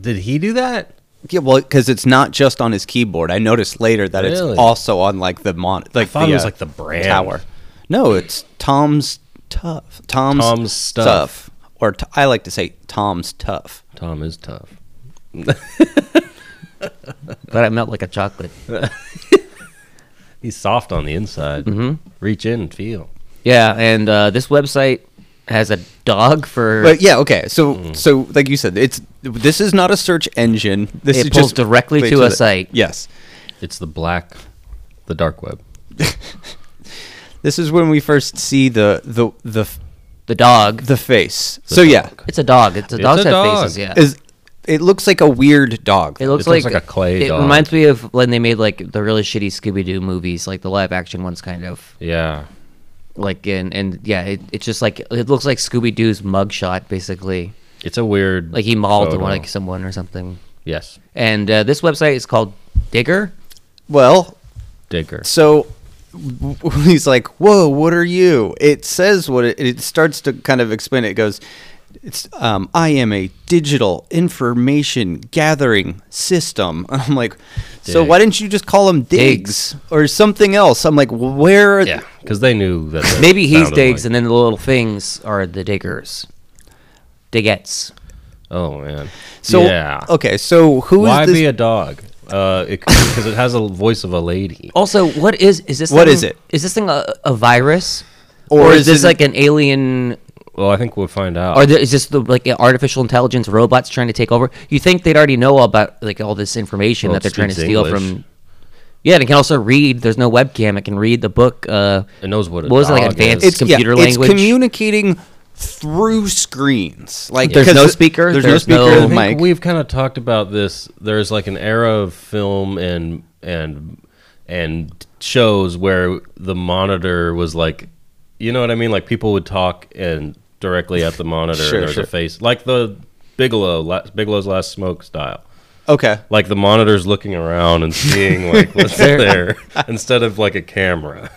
Speaker 3: Did he do that?
Speaker 2: Yeah, well, because it's not just on his keyboard. I noticed later that
Speaker 3: Really?
Speaker 2: it's also on like the mon, like
Speaker 3: thought
Speaker 2: the,
Speaker 3: it was,
Speaker 2: uh,
Speaker 3: like, the brand.
Speaker 2: tower. No, it's Tom's tough. Tom's,
Speaker 3: Tom's Stuff.
Speaker 2: or t- I like to say Tom's tough.
Speaker 3: Tom is tough.
Speaker 1: but I melt like a chocolate
Speaker 3: He's soft on the inside.
Speaker 1: Mm-hmm.
Speaker 3: Reach in and feel.
Speaker 1: yeah and uh, this website has a dog for
Speaker 2: But yeah, okay. So
Speaker 3: Hmm.
Speaker 2: so like you said, it's this is not a search engine. This
Speaker 1: It
Speaker 2: is
Speaker 1: pulls
Speaker 2: just
Speaker 1: directly
Speaker 2: wait
Speaker 1: to
Speaker 2: till
Speaker 1: a
Speaker 2: the-
Speaker 1: site.
Speaker 2: Yes.
Speaker 3: It's the black, the dark web.
Speaker 2: This is when we first see the the the f-
Speaker 1: the dog
Speaker 2: the face. so yeah,
Speaker 1: It's a dog. It's a
Speaker 3: It's
Speaker 1: dog's
Speaker 3: a
Speaker 1: head
Speaker 3: dog.
Speaker 1: faces. Yeah.
Speaker 2: is it looks like a weird dog.
Speaker 1: Uh, it looks
Speaker 3: looks
Speaker 1: like,
Speaker 3: like a clay
Speaker 1: It
Speaker 3: dog.
Speaker 1: reminds me of when they made like the really shitty Scooby Doo movies, like the live action ones, kind of
Speaker 3: Yeah.
Speaker 1: like and and yeah, it, it's just like it looks like Scooby Doo's mugshot, basically.
Speaker 3: It's a weird.
Speaker 1: Like he mauled
Speaker 3: photo.
Speaker 1: one, like someone or something.
Speaker 3: Yes.
Speaker 1: And uh, this website is called Digger.
Speaker 2: well,
Speaker 3: Digger.
Speaker 2: So w- w- he's like, "Whoa, what are you?" It says what it, it starts to kind of explain. It It goes, "It's um, I am a digital information gathering system." And I'm like, "So
Speaker 3: Dig.
Speaker 2: why didn't you just call him Diggs, or something else?" I'm like, "Where?"
Speaker 3: Yeah. Because they knew that. that
Speaker 1: Maybe he's
Speaker 3: sounded
Speaker 1: digs,
Speaker 3: like-
Speaker 1: and then the little things are the diggers, diggets.
Speaker 3: oh, man.
Speaker 2: So
Speaker 3: yeah.
Speaker 1: uh,
Speaker 2: okay, so who is
Speaker 3: Why
Speaker 2: this?
Speaker 3: be a dog? Because it, 'cause it has a voice of a lady.
Speaker 1: Also, what is is this?
Speaker 2: What
Speaker 1: thing,
Speaker 2: is it?
Speaker 1: Is this thing a, a virus,
Speaker 2: Or
Speaker 1: or is
Speaker 2: is
Speaker 1: this
Speaker 2: it-
Speaker 1: like an alien
Speaker 3: Well, I think we'll find out.
Speaker 1: Are there, is this the like artificial intelligence robots trying to take over? You think they'd already know about like all this information
Speaker 3: Well,
Speaker 1: that
Speaker 3: it
Speaker 1: they're trying to
Speaker 3: speaks
Speaker 1: steal
Speaker 3: English.
Speaker 1: from? Yeah, and it can also read. There's no webcam. It can read the book. Uh,
Speaker 3: it knows what a
Speaker 1: What was it, like,
Speaker 3: dog
Speaker 1: advanced-
Speaker 3: is.
Speaker 2: it's yeah,
Speaker 1: computer
Speaker 2: It's
Speaker 1: language?
Speaker 2: communicating through screens. Like
Speaker 1: There's
Speaker 2: 'cause
Speaker 1: no
Speaker 2: the-
Speaker 1: speaker,
Speaker 2: There's,
Speaker 1: there's
Speaker 2: no
Speaker 1: no-
Speaker 2: speaker.
Speaker 1: I
Speaker 3: I think
Speaker 2: mic.
Speaker 3: we've kind of talked about this. There's like an era of film and and and shows where the monitor was like, you know what I mean? Like people would talk and directly at the monitor.
Speaker 2: Sure,
Speaker 3: and there's
Speaker 2: sure.
Speaker 3: a face like the Bigelow, la- Bigelow's Last Smoke style.
Speaker 2: okay.
Speaker 3: Like the monitor's looking around and seeing like what's there instead of like a camera.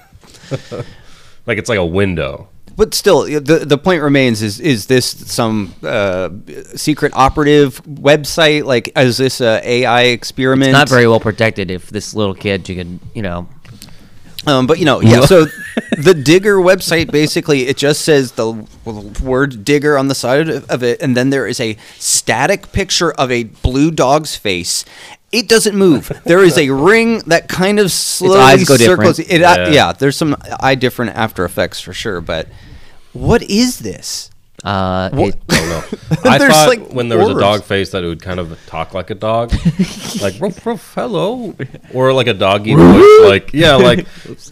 Speaker 3: like it's like a window.
Speaker 2: But still, y- the the point remains: is is this some uh, secret operative website? Like, is this a AI experiment?
Speaker 1: it's not very well protected. If this little kid, you could, you know,
Speaker 2: Um, but you know, yeah. so the digger website basically it just says the w- word digger on the side of of it, and then there is a static picture of a blue dog's face. It doesn't move. There is a ring that kind of slowly
Speaker 1: eyes go
Speaker 2: circles.
Speaker 1: different.
Speaker 2: It, yeah.
Speaker 3: Yeah.
Speaker 2: yeah, there's some eye different after effects for sure. But what is this?
Speaker 1: uh, it-
Speaker 2: What-
Speaker 3: I don't know. I
Speaker 2: There's,
Speaker 3: thought
Speaker 2: like,
Speaker 3: when there was a
Speaker 2: orders.
Speaker 3: dog face that it would kind of talk like a dog, like ruff, ruff, hello, or like a doggy voice, like yeah, like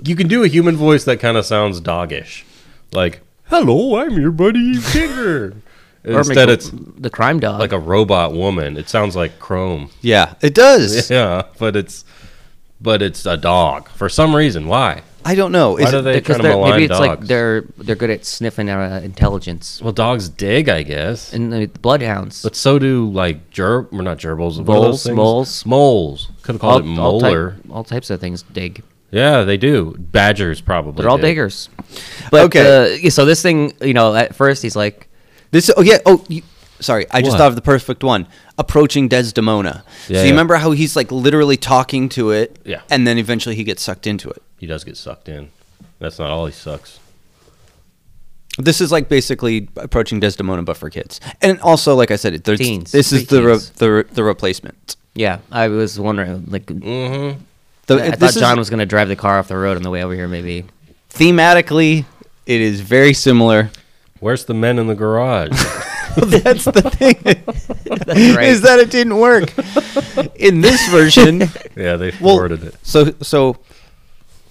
Speaker 3: you can do a human voice that kind of sounds doggish, like hello, I'm your buddy Digger.
Speaker 1: or
Speaker 3: Instead,
Speaker 1: make-
Speaker 3: it's
Speaker 1: the crime dog.
Speaker 3: like a robot woman. It sounds like Chrome,
Speaker 2: Yeah, it does.
Speaker 3: yeah, but it's but it's a dog for some reason. Why?
Speaker 2: I don't know.
Speaker 3: Why
Speaker 2: Is
Speaker 3: do
Speaker 2: it-
Speaker 3: they
Speaker 1: because
Speaker 3: kind of
Speaker 1: they're-
Speaker 3: malign
Speaker 1: maybe it's like
Speaker 3: dogs?
Speaker 1: they're they're good at sniffing uh, intelligence
Speaker 3: well, dogs dig, I guess.
Speaker 1: and the bloodhounds.
Speaker 3: But so do like gerb, or not gerbils, what are
Speaker 1: Voles,
Speaker 3: those things?
Speaker 1: moles.
Speaker 3: moles. Could have called it
Speaker 1: all, type-
Speaker 3: molar.
Speaker 1: all types of things dig.
Speaker 3: yeah, they do. Badgers probably.
Speaker 1: They're all
Speaker 3: do.
Speaker 1: diggers. But
Speaker 2: Okay.
Speaker 1: uh, yeah, so this thing, you know, at first he's like,
Speaker 2: This oh yeah oh you, sorry I just
Speaker 3: What?
Speaker 2: thought of the perfect one approaching Desdemona.
Speaker 3: Yeah,
Speaker 2: so you
Speaker 3: yeah.
Speaker 2: remember how he's like literally talking to it,
Speaker 3: Yeah.
Speaker 2: and then eventually he gets sucked into it.
Speaker 3: He does get sucked in. That's not all. He sucks.
Speaker 2: This is like basically approaching Desdemona, but for kids. And also, like I said, there's,
Speaker 1: Teens.
Speaker 2: this is
Speaker 1: Sweet
Speaker 2: the re-
Speaker 1: teens.
Speaker 2: the re- the replacement.
Speaker 1: Yeah, I was wondering. Like,
Speaker 2: The,
Speaker 1: I thought
Speaker 2: Mm. this is-
Speaker 1: John was gonna drive the car off the road on the way over here. Maybe
Speaker 2: thematically, it is very similar.
Speaker 3: Where's the men in the garage?
Speaker 2: That's the thing.
Speaker 1: That's right.
Speaker 2: Is that it didn't work in this version?
Speaker 3: yeah, they
Speaker 2: Well,
Speaker 3: forwarded it.
Speaker 2: so so.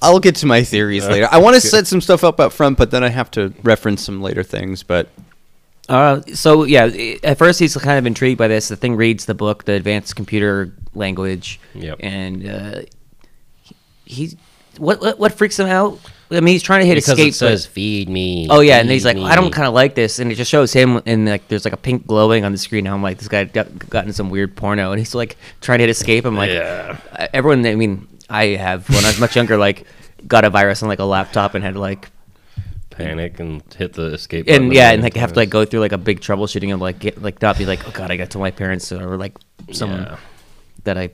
Speaker 2: I'll get to my theories later. I want to set some stuff up up front, but then I have to reference some later things. But
Speaker 1: Uh, so yeah, i- at first he's kind of intrigued by this. The thing reads the book, the advanced computer language,
Speaker 3: Yep.
Speaker 1: and uh, he, he what, what what freaks him out? I mean, he's trying to hit
Speaker 3: Because
Speaker 1: escape.
Speaker 3: it says E
Speaker 1: but-
Speaker 3: feed me.
Speaker 1: oh yeah, and
Speaker 3: feed
Speaker 1: he's like,
Speaker 3: me."
Speaker 1: I don't kind of like this, and it just shows him and like there's like a pink glowing on the screen. And I'm like, this guy got gotten some weird porno, and he's like trying to hit escape. I'm like,
Speaker 3: Yeah.
Speaker 1: I- everyone. I mean, I have when I was much younger, like got a virus on like a laptop and had like
Speaker 3: panic and hit the escape.
Speaker 1: and
Speaker 3: button
Speaker 1: yeah,
Speaker 3: many
Speaker 1: and like have to
Speaker 3: times.
Speaker 1: like go through like a big troubleshooting of like get, like not be like oh god I got to my parents or like someone
Speaker 3: Yeah.
Speaker 1: that I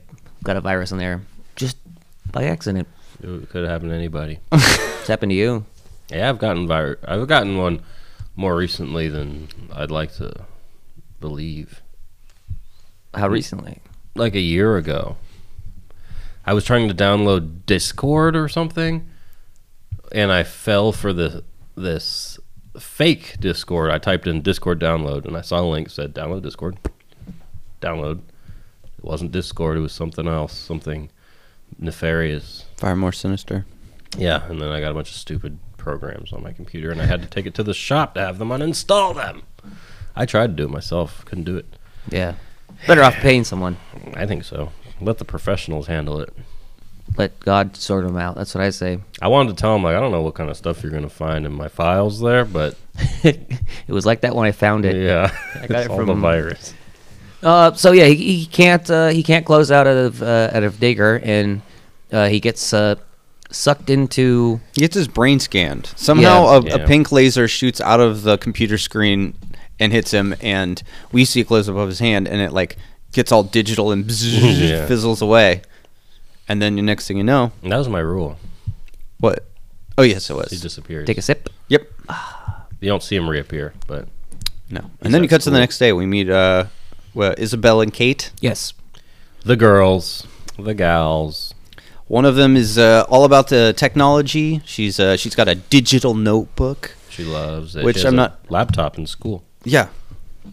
Speaker 1: got a virus on there just by accident.
Speaker 3: It could happen to anybody.
Speaker 1: It's happened to you.
Speaker 3: yeah, I've gotten vir- I've gotten one more recently than I'd like to believe.
Speaker 1: How recently?
Speaker 3: Like a year ago, I was trying to download Discord or something, and I fell for the this fake Discord. I typed in Discord download, and I saw a link that said download Discord. Download. It wasn't Discord. It was something else. Something nefarious.
Speaker 2: far more sinister.
Speaker 3: Yeah, and then I got a bunch of stupid programs on my computer, and I had to take it to the shop to have them uninstall them. I tried to do it myself, couldn't do it.
Speaker 1: Yeah, better off paying someone.
Speaker 3: I think so. Let the professionals handle it.
Speaker 1: Let God sort them out. That's what I say.
Speaker 3: I wanted to tell them like I don't know what kind of stuff you're gonna find in my files there, but
Speaker 1: it was like that when I found it.
Speaker 3: yeah,
Speaker 1: I got
Speaker 3: it's
Speaker 1: it
Speaker 3: all the
Speaker 1: from-
Speaker 3: virus.
Speaker 1: Uh, so yeah, he, he can't uh, he can't close out of uh, out of Digger, and uh, he gets uh, sucked into
Speaker 2: He gets his brain scanned. Somehow
Speaker 3: Yeah.
Speaker 2: a,
Speaker 3: Yeah.
Speaker 2: a pink laser shoots out of the computer screen and hits him, and we see a close up of his hand, and it like gets all digital and bzzz,
Speaker 3: Yeah.
Speaker 2: fizzles away. And then the next thing you know,
Speaker 3: And that was my rule.
Speaker 2: what? Oh yes, it
Speaker 3: He
Speaker 2: was.
Speaker 3: disappears.
Speaker 1: take a sip.
Speaker 2: Yep.
Speaker 3: you don't see him reappear, but
Speaker 2: No. And then
Speaker 3: at
Speaker 2: he cuts to the
Speaker 3: school.
Speaker 2: next day. We meet uh, well, Isabel and Kate.
Speaker 1: Yes.
Speaker 3: the girls, the gals.
Speaker 2: One of them is uh, all about the technology. She's uh, she's got a digital notebook.
Speaker 3: She loves it. She
Speaker 2: Which
Speaker 3: has
Speaker 2: I'm
Speaker 3: a
Speaker 2: not-
Speaker 3: laptop in school.
Speaker 2: Yeah.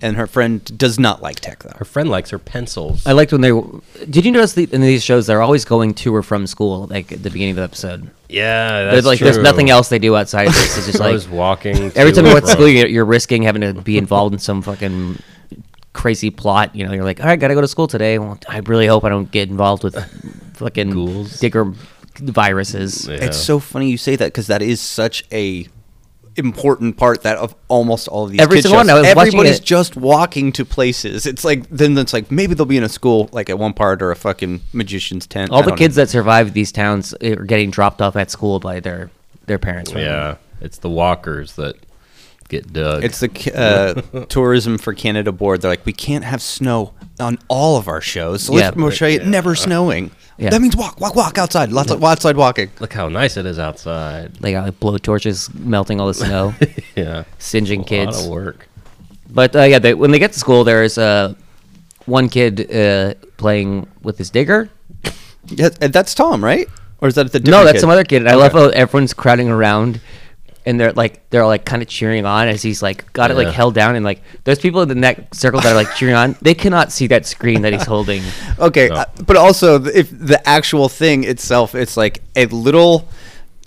Speaker 2: And her friend does not like tech though.
Speaker 3: Her friend likes her pencils.
Speaker 1: I liked when they. Did you notice the, in these shows they're always going to or from school like at the beginning of the episode?
Speaker 3: yeah, that's
Speaker 1: There's like there's
Speaker 3: true.
Speaker 1: nothing else they do outside of this. It's just
Speaker 3: I
Speaker 1: like
Speaker 3: was walking.
Speaker 1: every
Speaker 3: to
Speaker 1: time you go to
Speaker 3: and from.
Speaker 1: school, you're, you're risking having to be involved in some fucking crazy plot. You know, you're like, all right, gotta go to school today. Well, I really hope I don't get involved with fucking
Speaker 3: Ghouls.
Speaker 1: digger viruses.
Speaker 3: Yeah.
Speaker 2: It's so funny you say that because that is such a important part that of almost all of these
Speaker 1: Every
Speaker 2: kid
Speaker 1: single one,
Speaker 2: shows.
Speaker 1: I was watching
Speaker 2: everybody's
Speaker 1: it-
Speaker 2: just walking to places it's like then it's like maybe they'll be in a school like at one part or a fucking magician's tent
Speaker 1: All
Speaker 2: I
Speaker 1: the
Speaker 2: don't
Speaker 1: kids
Speaker 2: know.
Speaker 1: that survived these towns are getting dropped off at school by their their parents. right?
Speaker 3: Yeah, it's the walkers that get dug.
Speaker 2: it's the ki- uh, tourism for canada board they're like we can't have snow on all of our shows so let's
Speaker 1: Yeah.
Speaker 2: portray it never snowing
Speaker 1: Yeah.
Speaker 2: that means walk walk walk outside lots of outside walking
Speaker 3: look how nice it is outside.
Speaker 1: They got like blowtorches melting all the snow,
Speaker 3: Yeah,
Speaker 1: singeing
Speaker 3: a lot
Speaker 1: kids.
Speaker 3: of work.
Speaker 1: But uh, yeah, they, when they get to school, there's uh, one kid uh, playing with his digger.
Speaker 2: yeah, and that's tom right or is that the
Speaker 1: No,
Speaker 2: different
Speaker 1: that's
Speaker 2: kid?
Speaker 1: some other kid. And I love how everyone's crowding around, and they're like they're like kind of cheering on as he's like got it
Speaker 3: Yeah.
Speaker 1: like held down, and like those people in the neck circle that are like cheering on, they cannot see that screen that he's holding.
Speaker 2: Okay,
Speaker 3: No.
Speaker 2: uh, but also th- if the actual thing itself, it's like a little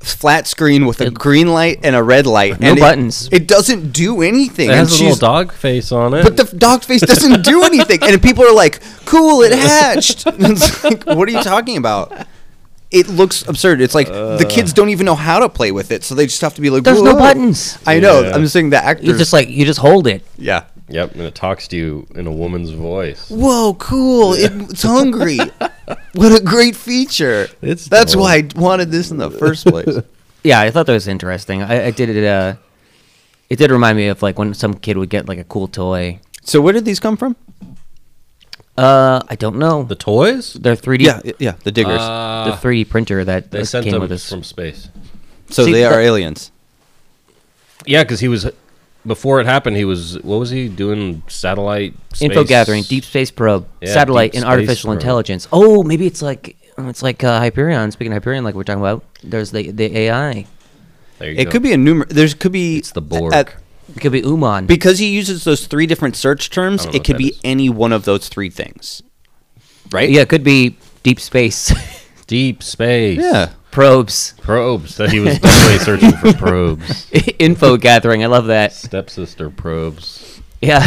Speaker 2: flat screen with a green light and a red light,
Speaker 1: No
Speaker 2: and it-
Speaker 1: buttons.
Speaker 2: It, doesn't do anything.
Speaker 3: It
Speaker 2: and
Speaker 3: has a little
Speaker 2: she's-
Speaker 3: dog face on it.
Speaker 2: but the dog face doesn't do anything, and people are like, "Cool, it hatched." And it's like, what are you talking about? It looks absurd. It's like the kids don't even know how to play with it, so they just have to be like,
Speaker 1: There's no
Speaker 2: "Whoa."
Speaker 1: buttons.
Speaker 2: I know.
Speaker 3: Yeah.
Speaker 2: I'm saying the actors.
Speaker 1: You just like you just hold it.
Speaker 2: yeah.
Speaker 3: yep, and it talks to you in a woman's voice.
Speaker 2: Whoa, cool! It, it's hungry. what a great feature!
Speaker 3: It's
Speaker 2: That's
Speaker 3: dumb.
Speaker 2: why I wanted this in the first place.
Speaker 1: Yeah, I thought that was interesting. I, I did it. Uh, it did remind me of like when some kid would get like a cool toy.
Speaker 2: so, where did these come from?
Speaker 1: Uh, I don't know.
Speaker 3: The toys
Speaker 1: They're 3D.
Speaker 2: Yeah, y- yeah, the diggers.
Speaker 1: the 3D printer that
Speaker 3: Uh, they
Speaker 1: that
Speaker 3: sent
Speaker 1: came
Speaker 3: them
Speaker 1: with us.
Speaker 3: from space.
Speaker 2: so
Speaker 1: see,
Speaker 2: they are
Speaker 1: that-
Speaker 2: aliens.
Speaker 3: Yeah, because he was before it happened, he was what was he doing? Satellite
Speaker 1: Info
Speaker 3: space-
Speaker 1: gathering, deep space probe,
Speaker 3: Yeah,
Speaker 1: satellite,
Speaker 3: deep
Speaker 1: and
Speaker 3: space
Speaker 1: artificial
Speaker 3: probe.
Speaker 1: intelligence. Oh, maybe it's like it's like uh, Hyperion. Speaking of Hyperion, like we're talking about, there's the the AI.
Speaker 3: There you
Speaker 2: It
Speaker 3: go.
Speaker 2: could be a numer. There's could be
Speaker 3: It's the Borg.
Speaker 1: It could be Uman.
Speaker 2: because he uses those three different search
Speaker 3: I
Speaker 2: terms.
Speaker 3: don't know
Speaker 2: It
Speaker 3: what
Speaker 2: could
Speaker 3: that
Speaker 2: be
Speaker 3: is.
Speaker 2: any one of those three things, right?
Speaker 1: yeah, it could be deep space
Speaker 3: deep space.
Speaker 2: yeah.
Speaker 1: probes,
Speaker 3: probes that he was definitely searching for probes.
Speaker 1: info gathering. I love that.
Speaker 3: Stepsister probes.
Speaker 1: Yeah,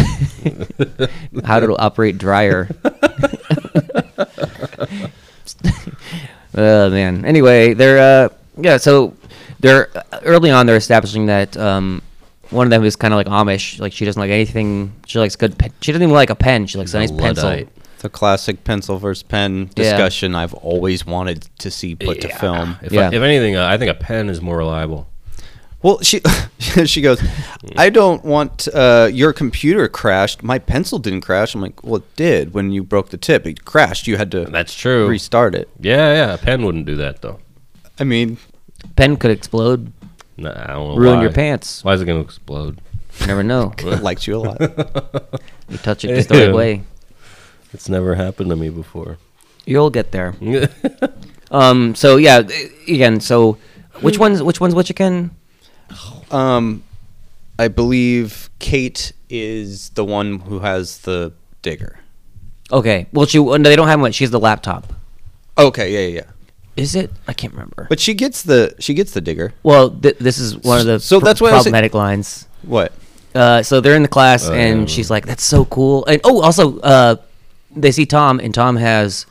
Speaker 1: how to operate dryer. oh man. Anyway, they're uh, yeah. So they're uh, early on. They're establishing that um, one of them is kind of like Amish. Like she doesn't like anything. She likes good. Pe- she doesn't even like a pen. She likes a
Speaker 3: A
Speaker 1: nice pencil.
Speaker 3: Luddite.
Speaker 2: The classic pencil versus pen
Speaker 1: Yeah.
Speaker 2: discussion I've always wanted to see put to
Speaker 3: Yeah.
Speaker 2: film.
Speaker 3: If,
Speaker 1: Yeah.
Speaker 3: I, if anything, uh, I think a pen is more reliable.
Speaker 2: Well, she she goes, I don't want uh, your computer crashed. My pencil didn't crash. I'm like, well, it did when you broke the tip. It crashed. You had to
Speaker 3: That's true.
Speaker 2: restart it.
Speaker 3: Yeah, yeah. A pen wouldn't do that though.
Speaker 2: I mean,
Speaker 1: Pen could explode,
Speaker 3: Nah, I don't know
Speaker 1: ruin
Speaker 3: why.
Speaker 1: your pants.
Speaker 3: Why is it going to explode?
Speaker 1: You never know.
Speaker 2: it likes you a lot.
Speaker 1: You touch it just the right
Speaker 3: Ew.
Speaker 1: way.
Speaker 3: It's never happened to me before.
Speaker 1: You'll get there.
Speaker 3: yeah,
Speaker 1: Um. So yeah. th- Again. So which ones? Which ones? Which again?
Speaker 2: um, I believe Kate is the one who has the digger.
Speaker 1: Okay. Well, she. No, they don't have one. She's the laptop.
Speaker 2: Okay, yeah, yeah, yeah.
Speaker 1: Is it? I can't remember.
Speaker 2: But she gets the she gets the digger.
Speaker 1: well, th- this is one of the
Speaker 2: So that's why I was-
Speaker 1: problematic lines.
Speaker 2: What?
Speaker 1: Uh, so they're in the class,
Speaker 3: Oh, yeah, I
Speaker 1: and
Speaker 3: remember.
Speaker 1: she's like, "That's so cool." And oh, also, uh, they see Tom, and Tom has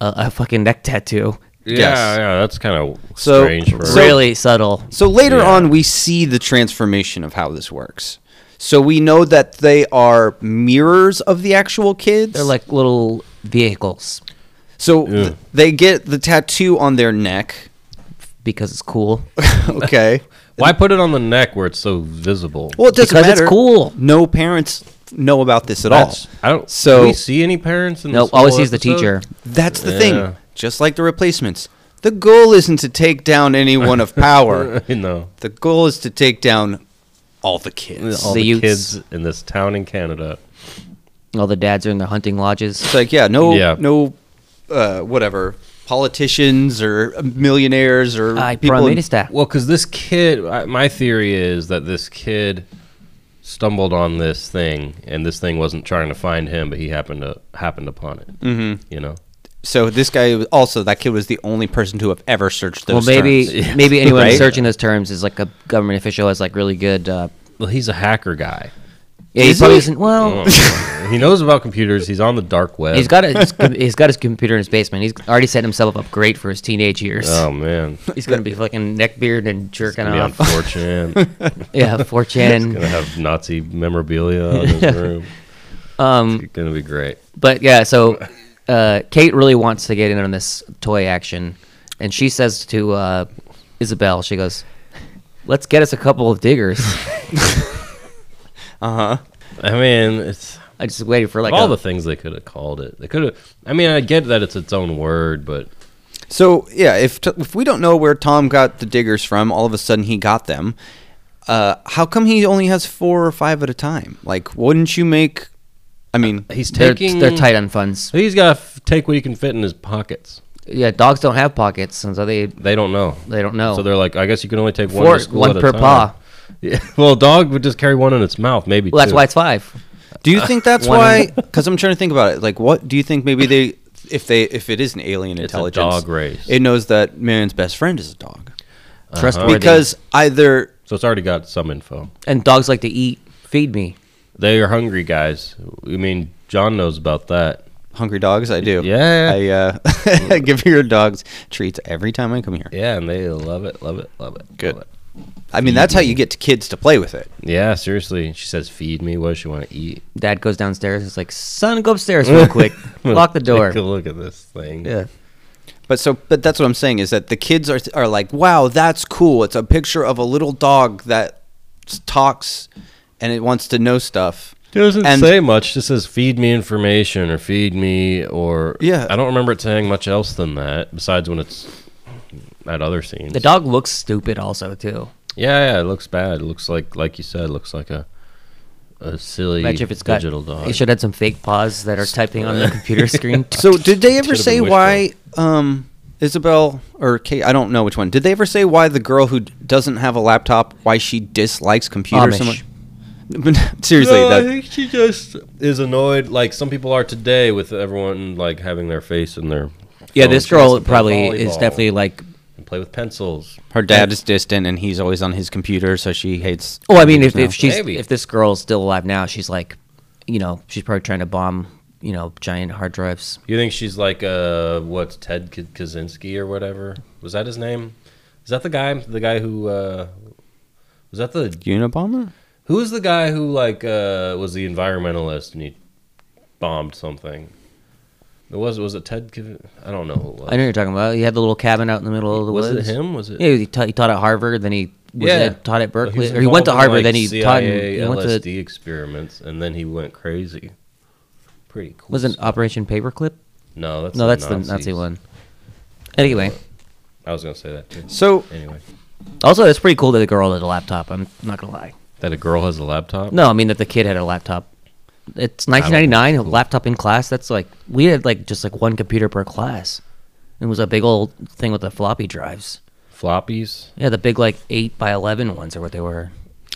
Speaker 1: a, a fucking neck tattoo.
Speaker 2: Yes.
Speaker 3: yeah. That's kind of
Speaker 2: So-
Speaker 3: strange. For
Speaker 2: So-
Speaker 1: really subtle.
Speaker 2: So later
Speaker 3: Yeah.
Speaker 2: on, we see the transformation of how this works. So we know that they are mirrors of the actual kids.
Speaker 1: They're like little vehicles
Speaker 2: So th-
Speaker 3: Ew.
Speaker 2: they get the tattoo on their neck.
Speaker 1: because it's cool.
Speaker 2: okay.
Speaker 3: why put it on the neck where it's so visible?
Speaker 2: Well, it doesn't
Speaker 1: Because it's
Speaker 2: matter.
Speaker 1: cool.
Speaker 2: No parents know about this at
Speaker 3: That's-
Speaker 2: all.
Speaker 3: I don't.
Speaker 2: So-
Speaker 3: do we see any parents in
Speaker 1: no,
Speaker 3: this whole
Speaker 1: always sees the
Speaker 3: episode?
Speaker 1: teacher.
Speaker 2: That's the
Speaker 3: Yeah.
Speaker 2: thing. Just like the replacements, the goal isn't to take down anyone of power.
Speaker 3: no,
Speaker 2: the goal is to take down all the kids.
Speaker 3: all
Speaker 1: the
Speaker 3: the,
Speaker 1: youths.
Speaker 3: kids in this town in Canada.
Speaker 1: All the dads are in their hunting lodges.
Speaker 2: It's like yeah, no,
Speaker 3: Yeah.
Speaker 2: no, uh, whatever. Politicians or millionaires or
Speaker 1: I
Speaker 2: people. in-
Speaker 1: promise that.
Speaker 3: Well, because this kid, I- my theory is that this kid stumbled on this thing, and this thing wasn't trying to find him, but he happened to happened upon it. Mm-hmm. You know,
Speaker 2: So this guy was- also that kid was the only person to have ever searched
Speaker 1: Well,
Speaker 2: those.
Speaker 1: maybe
Speaker 2: terms.
Speaker 1: maybe anyone
Speaker 2: Right?
Speaker 1: searching those terms is like a government official has like really good. Uh,
Speaker 3: well, he's a hacker guy.
Speaker 1: yeah, he
Speaker 2: Is
Speaker 1: probably
Speaker 2: he? Oh.
Speaker 1: isn't. Well,
Speaker 3: he knows about computers. He's on the dark web.
Speaker 1: he's got his com- he's got his computer in his basement. He's already set himself up great for his teenage years.
Speaker 3: Oh man,
Speaker 1: He's gonna be fucking neckbeard and jerking
Speaker 3: gonna
Speaker 1: off.
Speaker 3: be unfortunate.
Speaker 1: yeah, 4chan.
Speaker 3: gonna have Nazi memorabilia in his room.
Speaker 1: Um,
Speaker 3: It's gonna be great.
Speaker 1: but yeah, so uh, Kate really wants to get in on this toy action, and she says to uh, Isabel, she goes, "Let's get us a couple of diggers."
Speaker 3: I mean, it's
Speaker 1: I just waited for like
Speaker 3: all
Speaker 1: a-
Speaker 3: the things they could have called it. They could have. I mean, I get that it's its own word, but
Speaker 2: So yeah, if t- if we don't know where Tom got the diggers from, all of a sudden he got them. Uh, how come he only has four or five at a time? Like, wouldn't you make? I mean,
Speaker 3: he's
Speaker 1: they're,
Speaker 3: taking.
Speaker 1: they're tight on funds.
Speaker 3: He's got to f- take what he can fit in his pockets.
Speaker 1: Yeah, dogs don't have pockets, and so they
Speaker 3: They don't know.
Speaker 1: they don't know.
Speaker 3: So they're like, I guess you can only take
Speaker 1: Oh. Four-
Speaker 3: one, to school
Speaker 1: one
Speaker 3: at a
Speaker 1: per
Speaker 3: time.
Speaker 1: paw.
Speaker 3: Yeah. Well, a dog would just carry one in its mouth, maybe.
Speaker 1: well, that's
Speaker 3: two. Uh-huh.
Speaker 1: why it's five.
Speaker 2: do you think that's
Speaker 1: One-
Speaker 2: why? Because I'm trying to think about it. Like, what do you think? Maybe they, if they, if it is an alien
Speaker 3: It's a
Speaker 2: intelligence,
Speaker 3: dog race.
Speaker 2: It knows that Marion's best friend is a dog
Speaker 3: Uh-huh.
Speaker 1: Trustworthy.
Speaker 2: because either
Speaker 3: so it's already got some info.
Speaker 1: and dogs like to eat. Feed me.
Speaker 3: They are hungry guys. I mean, John knows about that.
Speaker 2: hungry dogs. I do.
Speaker 3: Yeah.
Speaker 2: I uh, give your dogs treats every time I come here.
Speaker 3: Yeah, and they love it, love it, love it.
Speaker 2: Good.
Speaker 3: love it.
Speaker 2: I mean, that's how you get kids to play with it.
Speaker 3: Yeah, seriously. She says, "Feed me." What does she want to eat?
Speaker 1: Dad goes downstairs. It's like, son, go upstairs real quick. Lock the door.
Speaker 3: Take a look at this thing.
Speaker 1: Yeah.
Speaker 2: But so, but that's what I'm saying is that the kids are are like, wow, that's cool. It's a picture of a little dog that s- talks and it wants to know stuff.
Speaker 3: Doesn't
Speaker 2: And-
Speaker 3: say much. Just says, "Feed me information" or "Feed me" or
Speaker 2: Yeah.
Speaker 3: I don't remember it saying much else than that. Besides when it's at other scenes.
Speaker 1: The dog looks stupid, also too.
Speaker 3: Yeah, yeah, it looks bad. It looks like, like you said, it looks like a a silly
Speaker 1: Imagine if it's got.
Speaker 3: digital dog.
Speaker 1: It should have some fake paws that are typing on the computer screen.
Speaker 2: So did they ever
Speaker 3: Should've
Speaker 2: say
Speaker 3: been
Speaker 2: why um, Isabel or Kate? I don't know which one. Did they ever say why the girl who doesn't have a laptop why she dislikes computers so
Speaker 1: Amish.
Speaker 2: much? Seriously,
Speaker 3: no, I
Speaker 2: that,
Speaker 3: think she just is annoyed, like some people are today, with everyone like having their face in their.
Speaker 1: yeah,
Speaker 3: phone.
Speaker 1: this
Speaker 3: She wants
Speaker 1: girl
Speaker 3: to play
Speaker 1: probably is
Speaker 3: volleyball
Speaker 1: definitely like.
Speaker 3: and play with pencils.
Speaker 2: her dad is distant and he's always on his computer, so she hates.
Speaker 1: Oh, I mean, if, if
Speaker 2: computers
Speaker 1: she's
Speaker 3: Maybe.
Speaker 1: if this girl's still alive now, she's like, you know, she's probably trying to bomb, you know, giant hard drives.
Speaker 3: You think she's like uh what's Ted K- Kaczynski or whatever? Was that his name? Is that the guy? The guy who uh was that the
Speaker 2: now. Unabomber.
Speaker 3: who was the guy who like uh was the environmentalist and he bombed something? It was was it Ted? K- I don't know who it was.
Speaker 1: I know you're talking about. He had the little cabin out in the middle of the
Speaker 3: was
Speaker 1: woods.
Speaker 3: it him? Was it?
Speaker 1: Yeah, he, ta- he taught at Harvard, then he was
Speaker 3: Yeah.
Speaker 1: at, taught at
Speaker 3: Well,
Speaker 1: Berkeley,
Speaker 3: was
Speaker 1: or he went to
Speaker 3: involved in,
Speaker 1: Harvard,
Speaker 3: like,
Speaker 1: then he taught.
Speaker 3: CIA,
Speaker 1: In, he went
Speaker 3: LSD
Speaker 1: to
Speaker 3: experiments, and then he went crazy. Pretty cool.
Speaker 1: wasn't
Speaker 3: stuff.
Speaker 1: Operation Paperclip?
Speaker 3: no, that's
Speaker 1: No,
Speaker 3: the
Speaker 1: that's
Speaker 3: Nazis.
Speaker 1: the Nazi one. Anyway,
Speaker 3: I was gonna say that too.
Speaker 2: So
Speaker 3: Anyway,
Speaker 1: also it's pretty cool that the girl had a laptop. I'm not gonna lie.
Speaker 3: that a girl has a laptop.
Speaker 1: No, I mean that the kid had a laptop. It's 1999, a laptop in class. That's like we had like just like one computer per class. It was a big old thing with the floppy drives.
Speaker 3: floppies.
Speaker 1: Yeah, the big like eight by 11 ones are what they were.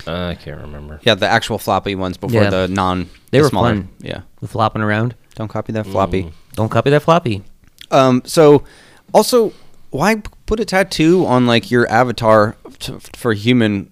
Speaker 3: Uh, I can't remember.
Speaker 2: yeah, the actual floppy ones before
Speaker 1: Yeah.
Speaker 2: the non.
Speaker 1: They
Speaker 2: the
Speaker 1: were
Speaker 2: smaller.
Speaker 1: fun.
Speaker 2: Yeah,
Speaker 1: The flopping around.
Speaker 2: don't copy that floppy.
Speaker 1: Don't copy that floppy.
Speaker 2: Um, so, also, why p- put a tattoo on like your avatar t- for human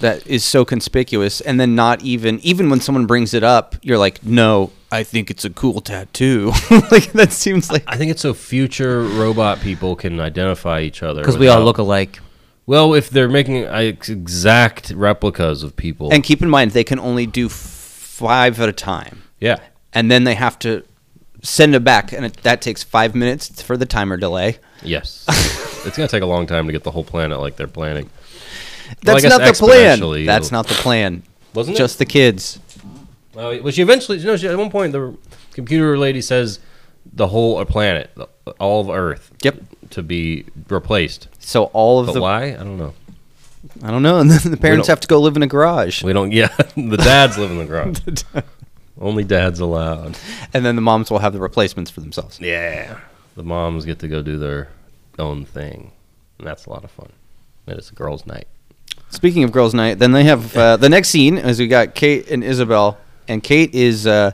Speaker 2: that is so conspicuous, and then not even even when someone brings it up, you're like, no, I think it's a cool tattoo. like that seems like
Speaker 3: I think it's so future robot people can identify each other
Speaker 1: Because we all
Speaker 3: without-
Speaker 1: look alike.
Speaker 3: Well, if they're making uh, ex- exact replicas of people,
Speaker 2: And keep in mind, they can only do f- five at a time,
Speaker 3: yeah,
Speaker 2: and then they have to send it back, and it, that takes five minutes for the timer delay.
Speaker 3: yes, it's gonna take a long time to get the whole planet like they're planning. I
Speaker 2: That's
Speaker 3: guess
Speaker 2: not the plan.
Speaker 3: exponentially
Speaker 2: That's
Speaker 3: it'll-
Speaker 2: not the plan.
Speaker 3: Wasn't it?
Speaker 2: just the kids?
Speaker 3: Well, well, she eventually, you know, she, at one point, the computer lady says the whole uh, planet, the- all of Earth,
Speaker 2: Yep.
Speaker 3: to be replaced.
Speaker 2: So all of
Speaker 3: But
Speaker 2: the
Speaker 3: why? I don't know.
Speaker 2: I don't know. And then the parents
Speaker 3: don't-
Speaker 2: have to go live in a garage.
Speaker 3: We don't. Yeah, the dads live in the garage. Only dads allowed.
Speaker 2: And then the moms will have the replacements for themselves.
Speaker 3: Yeah, the moms get to go do their own thing, and that's a lot of fun. And it's a girls' night.
Speaker 2: Speaking of girls' night, then they have uh, the next scene is we got Kate and Isabel, and Kate is uh,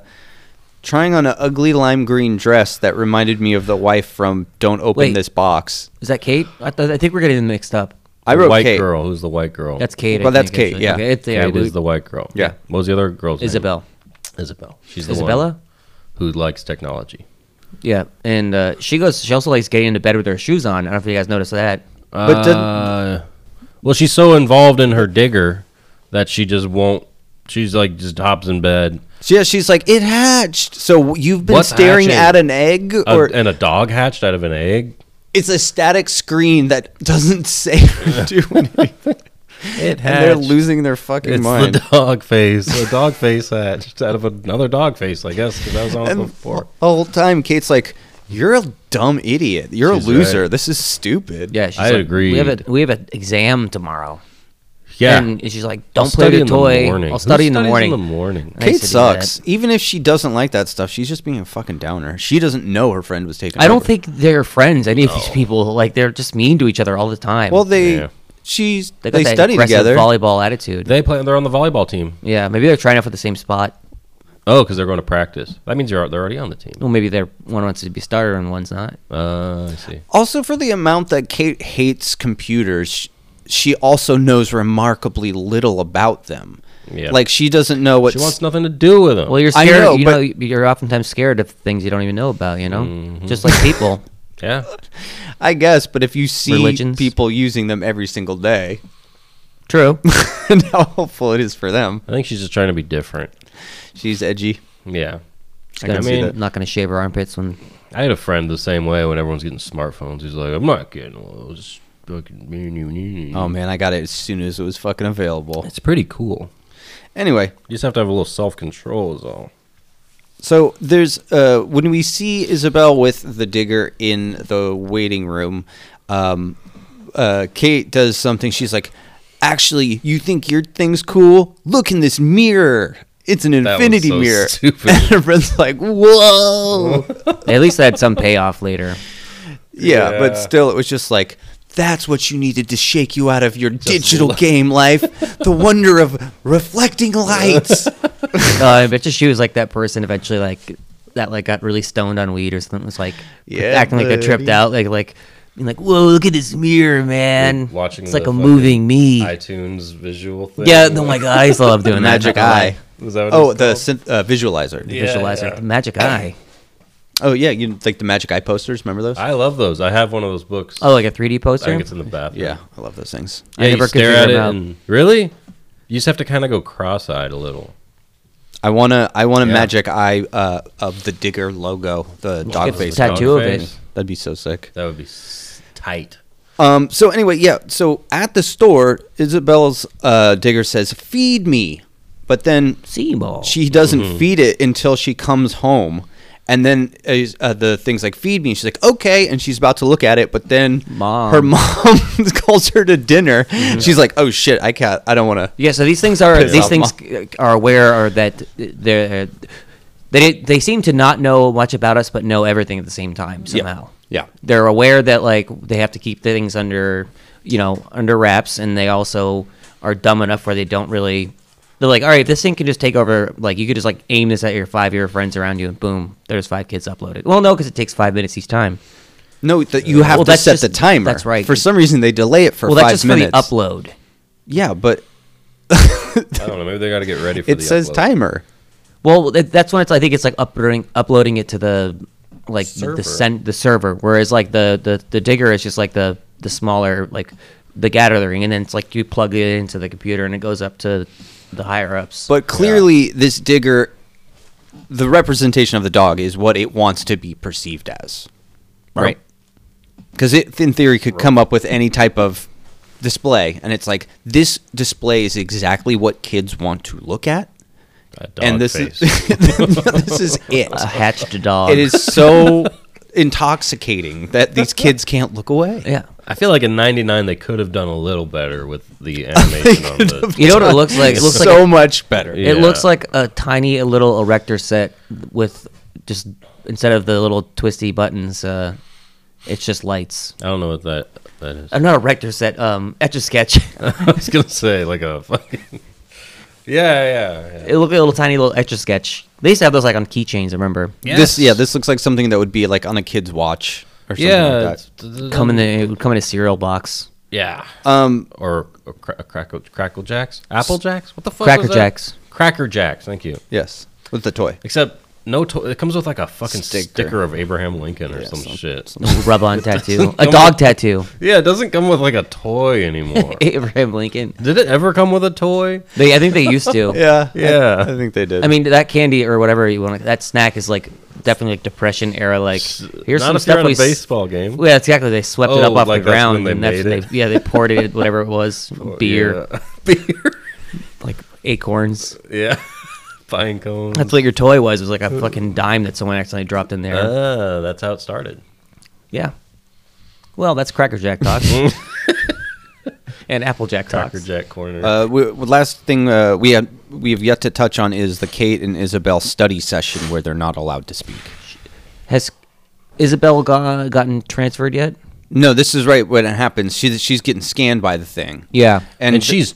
Speaker 2: trying on an ugly lime green dress that reminded me of the wife from "Don't Open
Speaker 1: Wait.
Speaker 2: This Box."
Speaker 1: Is that Kate? I, th- I think we're getting them mixed up.
Speaker 2: I
Speaker 3: The
Speaker 2: wrote
Speaker 3: white
Speaker 2: Kate.
Speaker 3: girl. Who's the white girl?
Speaker 1: That's Kate. I
Speaker 2: Well, that's
Speaker 1: think,
Speaker 2: Kate,
Speaker 1: actually.
Speaker 2: yeah.
Speaker 1: Okay, it's, yeah
Speaker 3: Kate
Speaker 1: we-
Speaker 3: is the white girl.
Speaker 2: Yeah.
Speaker 3: What was the other girl's name?
Speaker 1: Isabel.
Speaker 3: Isabel. She's the
Speaker 1: Isabella?
Speaker 3: one who likes technology.
Speaker 1: Yeah. And uh, she goes, she also likes getting into bed with her shoes on. I don't know if you guys noticed that.
Speaker 2: But did-
Speaker 3: Uh, well, she's so involved in her digger that she just won't. She's like just hops in bed,
Speaker 2: So, yeah, she's like, "It hatched." So you've been
Speaker 3: What's
Speaker 2: staring
Speaker 3: hatching?
Speaker 2: at an egg,
Speaker 3: A-
Speaker 2: or
Speaker 3: and a dog hatched out of an egg.
Speaker 2: it's a static screen that doesn't say or do anything.
Speaker 3: It
Speaker 2: And they're losing their fucking
Speaker 3: It's
Speaker 2: mind.
Speaker 3: the dog face. The dog face hatched out of another dog face, I guess, because that was on
Speaker 2: And
Speaker 3: before.
Speaker 2: the whole time, Kate's like, "You're a dumb idiot. You're
Speaker 3: She's
Speaker 2: a loser.
Speaker 3: right.
Speaker 2: This is stupid."
Speaker 1: Yeah. She's
Speaker 3: I
Speaker 1: like, We have,
Speaker 3: agreed.
Speaker 1: a, we have an exam tomorrow.
Speaker 3: Yeah,
Speaker 1: And she's like,
Speaker 3: I'll
Speaker 1: don't play
Speaker 3: study
Speaker 1: with
Speaker 3: in
Speaker 1: your toy. I'll
Speaker 3: Who
Speaker 1: study in the
Speaker 3: studies
Speaker 1: morning.
Speaker 3: In the morning.
Speaker 1: I used
Speaker 2: Kate
Speaker 1: to do
Speaker 2: sucks.
Speaker 1: that.
Speaker 2: Even if she doesn't like that stuff, she's just being a fucking downer. She doesn't know her friend was taken.
Speaker 1: I don't
Speaker 2: over.
Speaker 1: think they're friends, any of these people. Like, they're just mean to each other all the time.
Speaker 2: Well, they
Speaker 3: Yeah.
Speaker 2: she's
Speaker 1: They
Speaker 2: they,
Speaker 1: got that
Speaker 2: study
Speaker 1: aggressive
Speaker 2: together.
Speaker 1: volleyball attitude.
Speaker 3: They play. They're on the volleyball team.
Speaker 1: yeah, maybe they're trying out for the same spot.
Speaker 3: Oh, because they're going to practice. That means they're they're already on the team.
Speaker 1: Well, maybe they're one wants to be starter and one's not.
Speaker 3: Uh, I see.
Speaker 2: also, for the amount that Kate hates computers, sh- she also knows remarkably little about them.
Speaker 3: Yeah.
Speaker 2: Like she doesn't know what
Speaker 3: She wants nothing to do with them.
Speaker 1: Well, you're
Speaker 2: I
Speaker 1: scared.
Speaker 2: know,
Speaker 1: you
Speaker 2: but-
Speaker 1: know, you're oftentimes scared of things you don't even know about. You know, just like people.
Speaker 3: yeah.
Speaker 2: I guess. But if you see
Speaker 1: Religions.
Speaker 2: people using them every single day,
Speaker 1: True.
Speaker 2: and how helpful it is for them,
Speaker 3: I think she's just trying to be different.
Speaker 2: she's edgy.
Speaker 3: Yeah.
Speaker 2: I
Speaker 1: I
Speaker 2: can see
Speaker 1: mean,
Speaker 2: that.
Speaker 1: not going to shave her armpits when.
Speaker 3: I had a friend the same way when everyone's getting smartphones. He's like, I'm not getting one. It's just fucking.
Speaker 1: Um,
Speaker 2: Oh man, I got it as soon as it was fucking available.
Speaker 3: It's pretty cool.
Speaker 2: Anyway,
Speaker 3: You just have to have a little self control, is all.
Speaker 2: So there's uh, when we see Isabel with the digger in the waiting room, um, uh, Kate does something. She's like, "Actually, you think your thing's cool? Look in this mirror." it's an
Speaker 3: That was
Speaker 2: infinity
Speaker 3: so
Speaker 2: mirror.
Speaker 3: stupid. Oh,
Speaker 2: And her friend's like, whoa.
Speaker 1: At least I had some payoff later.
Speaker 2: yeah, but
Speaker 3: Yeah.
Speaker 2: still, it was just like, that's what you needed to shake you out of your digital
Speaker 3: lo-
Speaker 2: game life. the wonder of reflecting lights.
Speaker 1: Uh, I bet you she was like that person eventually, like that, like got really stoned on weed or something. Was like
Speaker 2: Yeah,
Speaker 1: acting like they tripped
Speaker 2: buddy.
Speaker 1: out, like like being like, "Whoa, look at this mirror, man!
Speaker 3: watching
Speaker 1: it's like
Speaker 3: the
Speaker 1: a
Speaker 3: fucking
Speaker 1: moving me."
Speaker 3: iTunes visual thing.
Speaker 1: E. yeah, oh my god, I used to love doing that.
Speaker 2: Magic
Speaker 1: not gonna
Speaker 2: eye.
Speaker 1: lie.
Speaker 3: Was that what
Speaker 2: Oh,
Speaker 3: it's
Speaker 2: the
Speaker 3: called?
Speaker 2: synth, uh, visualizer.
Speaker 3: Yeah.
Speaker 1: visualizer,
Speaker 3: yeah.
Speaker 1: the magic eye.
Speaker 2: Oh yeah, you like the magic eye posters. Remember those?
Speaker 3: I love those. I have one of those books.
Speaker 1: Oh, like a 3D
Speaker 3: I
Speaker 1: poster.
Speaker 3: think it's in the bathroom.
Speaker 2: yeah, I love those things.
Speaker 1: I
Speaker 3: Yeah,
Speaker 1: never
Speaker 3: you
Speaker 1: could
Speaker 3: stare
Speaker 1: figure
Speaker 3: at
Speaker 1: them
Speaker 3: it.
Speaker 1: out.
Speaker 3: And, really? You just have to kind of go cross-eyed a little.
Speaker 2: I wanna, I want a
Speaker 3: Yeah.
Speaker 2: magic eye uh, of the digger logo, the dog
Speaker 1: get
Speaker 2: face.
Speaker 1: tat- Tattoo
Speaker 3: Dog
Speaker 1: of it.
Speaker 3: face.
Speaker 2: That'd be so sick.
Speaker 3: That would be s- tight.
Speaker 2: Um, so anyway, yeah. So at the store, Isabella's uh, digger says, "Feed me," but then
Speaker 1: Seymour.
Speaker 2: she doesn't feed it until she comes home, and then uh, uh, the thing's like, "Feed me." She's like, "Okay," and she's about to look at it, but then
Speaker 1: Mom.
Speaker 2: her mom calls her to dinner. She's like, "Oh shit, I can't. I don't want to."
Speaker 1: Yeah, so these things are
Speaker 2: Piss
Speaker 1: these
Speaker 2: off
Speaker 1: things uh, are aware or that they're they they seem to not know much about us but know everything at the same time somehow.
Speaker 2: Yeah.
Speaker 1: They're aware that like they have to keep things under you know under wraps and they also are dumb enough where they don't really they're like all right this thing can just take over like you could just like aim this at your five year friends around you and boom there's five kids uploaded well no because it takes five minutes each time
Speaker 2: No, that you have
Speaker 1: Well,
Speaker 2: to
Speaker 1: that's
Speaker 2: set
Speaker 1: just-
Speaker 2: the timer.
Speaker 1: that's right.
Speaker 2: For some reason, they delay it for
Speaker 1: well
Speaker 2: five
Speaker 1: that's just
Speaker 2: minutes.
Speaker 1: for the upload
Speaker 2: Yeah, but
Speaker 3: I don't know. Maybe they got to get ready for
Speaker 2: it
Speaker 3: the
Speaker 2: says
Speaker 3: upload.
Speaker 2: timer.
Speaker 1: Well, that- that's when it's. I think it's like uploading uploading it to the like the
Speaker 3: Server.
Speaker 1: the, sen- the server, whereas like the, the the digger is just like the the smaller like the gathering, and then it's like you plug it into the computer and it goes up to the higher ups.
Speaker 2: But clearly, this digger, the representation of the dog is what it wants to be perceived as, right? Because it, in theory, could come up with any type of display, and it's like this display is exactly what kids want to look at,
Speaker 3: That dog
Speaker 2: and this
Speaker 3: face.
Speaker 2: is this is it.
Speaker 1: a hatched dog.
Speaker 2: It is so intoxicating that these kids can't look away.
Speaker 1: Yeah.
Speaker 3: I feel like in '99 they could have done a little better with the animation on the.
Speaker 1: You know what it looks like? It looks
Speaker 2: so
Speaker 1: like a-
Speaker 2: much better.
Speaker 1: it
Speaker 3: Yeah.
Speaker 1: looks like a tiny little erector set with just instead of the little twisty buttons, uh, it's just lights.
Speaker 3: I don't know what that that is.
Speaker 1: Uh, not erector set. Um, etch a sketch.
Speaker 3: I was gonna say like a fucking. Yeah, yeah, yeah.
Speaker 1: It looked like a little tiny little etch a sketch. They used to have those like on keychains. Remember?
Speaker 2: This yeah, this looks like something that would be like on a kid's watch or something
Speaker 3: yeah.
Speaker 2: like that.
Speaker 3: it's-
Speaker 1: Come in the it would come in a cereal box.
Speaker 3: Yeah.
Speaker 2: Um,
Speaker 3: or or cra- crackle crackle jacks, apple jacks. What the fuck?
Speaker 1: Cracker
Speaker 3: was that?
Speaker 1: Jacks.
Speaker 3: Cracker jacks. Thank you.
Speaker 2: Yes, with the toy.
Speaker 3: Except no, to- it comes with like a fucking
Speaker 2: Sticker.
Speaker 3: sticker, of Abraham Lincoln or some, shit.
Speaker 1: Rub on tattoo. A
Speaker 3: Come
Speaker 1: dog
Speaker 3: on.
Speaker 1: tattoo.
Speaker 3: Yeah, it doesn't come with like a toy anymore.
Speaker 1: Abraham Lincoln.
Speaker 3: Did it ever come with a toy?
Speaker 1: They I think they used to.
Speaker 2: Yeah,
Speaker 3: Yeah.
Speaker 2: I, I think they did.
Speaker 1: I mean that candy or whatever you want that snack is like definitely like depression era like here's
Speaker 3: Not
Speaker 1: some
Speaker 3: if
Speaker 1: stuff
Speaker 3: you're at
Speaker 1: we
Speaker 3: a
Speaker 1: s-
Speaker 3: baseball game.
Speaker 1: Well, yeah, exactly. They swept it up
Speaker 3: Oh,
Speaker 1: off
Speaker 3: like
Speaker 1: the
Speaker 3: that's when
Speaker 1: ground
Speaker 3: they
Speaker 1: and that's
Speaker 3: made
Speaker 1: what
Speaker 3: it? Oh,
Speaker 1: they yeah, they poured it whatever it was, beer,
Speaker 3: Yeah. beer.
Speaker 1: like acorns.
Speaker 3: Yeah. Pine cone.
Speaker 1: That's what your toy was. It was like
Speaker 3: Uh,
Speaker 1: a fucking dime that someone accidentally dropped in there.
Speaker 3: Ah, that's how it started.
Speaker 1: Yeah. Well, that's Cracker Jack talk. and Apple Jack talk.
Speaker 3: Cracker Jack corner.
Speaker 2: uh, we, well, last thing uh, we have we have yet to touch on is the Kate and Isabel study session where they're not allowed to speak.
Speaker 1: Has Isabel go- gotten transferred yet?
Speaker 2: No, this is right when it happens. She, she's getting scanned by the thing.
Speaker 1: Yeah.
Speaker 2: and,
Speaker 3: and
Speaker 2: she
Speaker 3: she's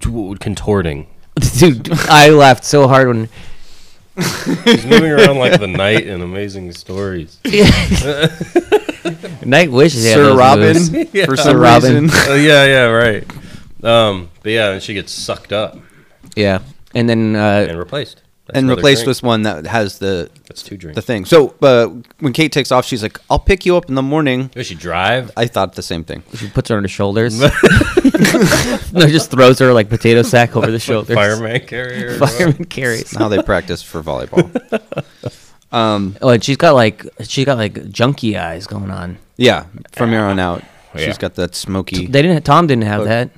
Speaker 3: t- contorting.
Speaker 1: Dude, I laughed so hard when.
Speaker 3: She's moving around like the knight in Amazing Stories.
Speaker 1: Night wishes they had
Speaker 2: Sir
Speaker 1: those
Speaker 2: Robin
Speaker 1: moves.
Speaker 2: for
Speaker 3: Yeah.
Speaker 2: some
Speaker 1: Sir Robin.
Speaker 2: reason.
Speaker 3: Oh yeah, yeah, right. Um, but yeah, and she gets sucked up
Speaker 1: Yeah. And then uh,
Speaker 3: and replaced. That's
Speaker 2: and
Speaker 3: another
Speaker 2: replaced
Speaker 3: drink.
Speaker 2: with one that has the
Speaker 3: that's two drinks.
Speaker 2: the thing. So uh, when Kate takes off, she's like, "I'll pick you up in the morning."
Speaker 3: Does she drive?
Speaker 2: I thought the same thing.
Speaker 1: she puts her on her shoulders. no, just throws her like potato sack over the shoulders.
Speaker 3: Fireman carrier.
Speaker 1: Fireman carries.
Speaker 2: How they practice for volleyball.
Speaker 1: Oh, and she's got like she's got like junkie eyes going on.
Speaker 2: Yeah, from here on out,
Speaker 3: Yeah.
Speaker 2: she's got that smoky.
Speaker 1: They didn't. Tom didn't have that.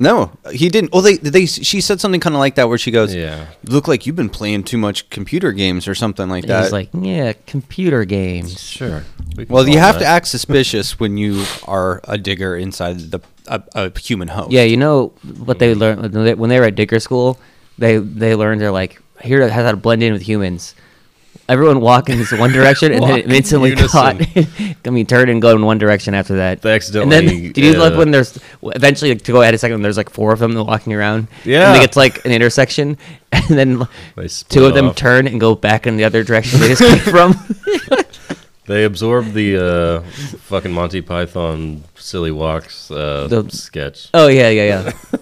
Speaker 2: No, he didn't. Well, they they she said something kind of like that where she goes,
Speaker 3: Yeah.
Speaker 2: look like you've been playing too much computer games or something like
Speaker 1: He's
Speaker 2: that."
Speaker 1: like, yeah, computer games.
Speaker 3: Sure. We can
Speaker 2: well, you
Speaker 3: call
Speaker 2: have to
Speaker 3: that.
Speaker 2: act suspicious when you are a digger inside the a, a human host.
Speaker 1: Yeah, you know what they learned when they were at Digger School. they they learned they're like here how to blend in with humans. Everyone walk in this one direction and then
Speaker 3: Walk
Speaker 1: it
Speaker 3: in
Speaker 1: instantly
Speaker 3: unison.
Speaker 1: caught. I mean, turn and go in one direction after that.
Speaker 3: They
Speaker 1: And
Speaker 3: accidentally,
Speaker 1: then, do you love
Speaker 3: uh,
Speaker 1: when there's eventually like, to go ahead a second? There's like four of them walking around.
Speaker 3: Yeah.
Speaker 1: And they get to like an intersection, and then
Speaker 3: They
Speaker 1: two of
Speaker 3: split
Speaker 1: them
Speaker 3: off.
Speaker 1: turn and go back in the other direction they just came from.
Speaker 3: They absorbed the uh, fucking Monty Python silly walks uh,
Speaker 1: The-
Speaker 3: sketch.
Speaker 1: Oh yeah, yeah, yeah.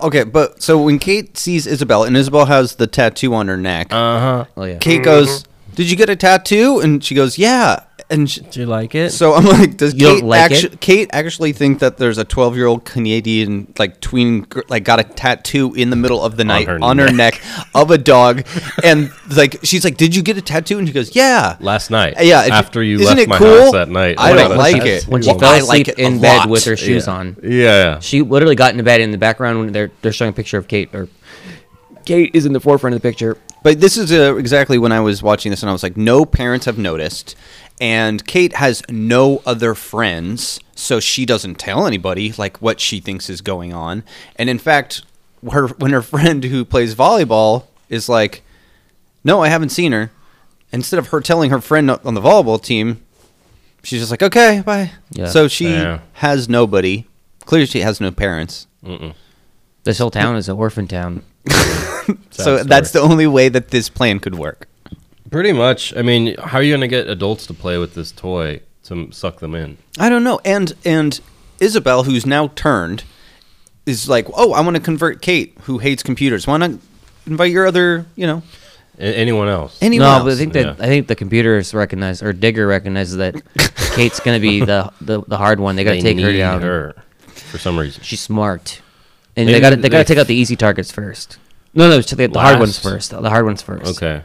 Speaker 2: Okay, but so when Kate sees Isabel and Isabel has the tattoo on her neck,
Speaker 3: Uh huh.
Speaker 1: Oh yeah.
Speaker 2: Kate goes, "Did you get a tattoo?" And she goes, "Yeah." And sh
Speaker 3: Do you like it?
Speaker 2: so I'm like, "Does
Speaker 1: You don't
Speaker 2: Kate,
Speaker 1: like
Speaker 2: actu-
Speaker 1: it?
Speaker 2: Kate actually think that there's a 12 year old Canadian like tween gr- like got a tattoo in the middle of the night
Speaker 3: her
Speaker 2: on her neck of a dog?" and like she's like, "Did you get a tattoo?" And she goes, "Yeah."
Speaker 3: Last night.
Speaker 2: Yeah, it-
Speaker 3: after you
Speaker 2: isn't
Speaker 3: left
Speaker 2: it
Speaker 3: my
Speaker 2: cool?
Speaker 3: house that night.
Speaker 2: I
Speaker 3: One
Speaker 2: don't
Speaker 3: of the
Speaker 2: like
Speaker 3: times.
Speaker 2: it.
Speaker 1: When she
Speaker 2: Well,
Speaker 1: fell
Speaker 2: I
Speaker 1: asleep
Speaker 2: like it
Speaker 1: in
Speaker 2: a
Speaker 1: bed
Speaker 2: lot.
Speaker 1: with her shoes
Speaker 3: Yeah.
Speaker 1: on,
Speaker 3: Yeah.
Speaker 1: she literally got into bed in the background when they're they're showing a picture of Kate or Kate is in the forefront of the picture.
Speaker 2: But this is uh, exactly when I was watching this, and I was like, no parents have noticed, and Kate has no other friends, so she doesn't tell anybody like what she thinks is going on. And in fact, her when her friend who plays volleyball is like, no, I haven't seen her. Instead of her telling her friend on the volleyball team, she's just like, okay, bye.
Speaker 1: Yeah.
Speaker 2: So she
Speaker 3: Yeah.
Speaker 2: has nobody. Clearly, she has no parents.
Speaker 1: This whole town is an orphan town.
Speaker 3: Sad
Speaker 2: so
Speaker 3: story.
Speaker 2: that's the only way that this plan could work.
Speaker 3: Pretty much. I mean, how are you going to get adults to play with this toy to m- suck them in?
Speaker 2: I don't know. And and Isabel, who's now turned, is like, oh, I want to convert Kate, who hates computers. Why not invite your other, you know,
Speaker 3: A- anyone else?
Speaker 2: anyone
Speaker 1: No,
Speaker 2: else?
Speaker 1: but I think that
Speaker 3: Yeah.
Speaker 1: I think the computers recognize or Digger recognizes that Kate's gonna be the the, the hard one. They gotta
Speaker 3: They
Speaker 1: take her
Speaker 3: need
Speaker 1: down.
Speaker 3: her for some reason.
Speaker 1: She's smart, and they
Speaker 3: Maybe
Speaker 1: gotta they, gotta
Speaker 3: they-
Speaker 1: take out the easy targets first. No, no, the, the hard ones
Speaker 3: Last.
Speaker 1: first. The hard ones first.
Speaker 3: Okay.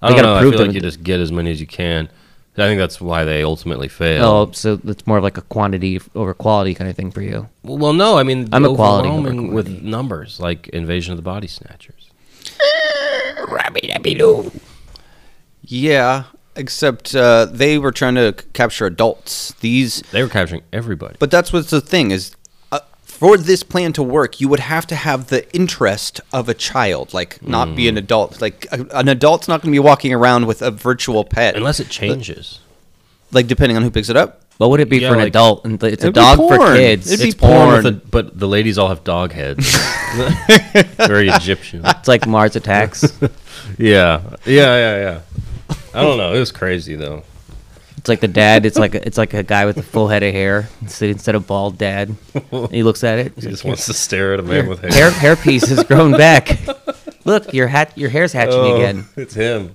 Speaker 3: I
Speaker 1: They
Speaker 3: don't
Speaker 1: gotta
Speaker 3: know. I
Speaker 1: prove
Speaker 3: feel
Speaker 1: them
Speaker 3: like you
Speaker 1: to-
Speaker 3: just get as many as you can. I think that's why they ultimately fail.
Speaker 1: Oh, so it's more of like a quantity over quality kind of thing for you.
Speaker 3: Well, no, I mean,
Speaker 1: I'm
Speaker 3: I'm
Speaker 1: a quality over
Speaker 3: overwhelming with
Speaker 1: quantity.
Speaker 3: numbers like Invasion of the Body Snatchers.
Speaker 2: yeah. Except uh, they were trying to c- capture adults. These,
Speaker 3: They were capturing everybody.
Speaker 2: but that's what's the thing is, uh, for this plan to work, you would have to have the interest of a child, like not be
Speaker 3: Mm.
Speaker 2: an adult. Like a, an adult's not going to be walking around with a virtual pet,
Speaker 3: Unless it changes.
Speaker 2: like depending on who picks it up.
Speaker 1: What would it be
Speaker 3: Yeah,
Speaker 1: for an
Speaker 3: like-
Speaker 1: adult? And th- it's a
Speaker 2: It'd be
Speaker 1: dog for
Speaker 2: porn.
Speaker 1: kids.
Speaker 2: It'd be
Speaker 1: it's
Speaker 3: with a- but the ladies all have dog heads. Very Egyptian.
Speaker 1: It's like Mars Attacks.
Speaker 3: Yeah. Yeah, yeah, yeah. I don't know. It was crazy, though.
Speaker 1: it's like the dad. It's like it's like a guy with a full head of hair instead instead of bald dad. He looks at it.
Speaker 3: He just wants to stare at a man with hair.
Speaker 1: Hair hair piece has grown back. Look, your hat your hair's hatching
Speaker 3: Oh,
Speaker 1: again.
Speaker 3: It's him.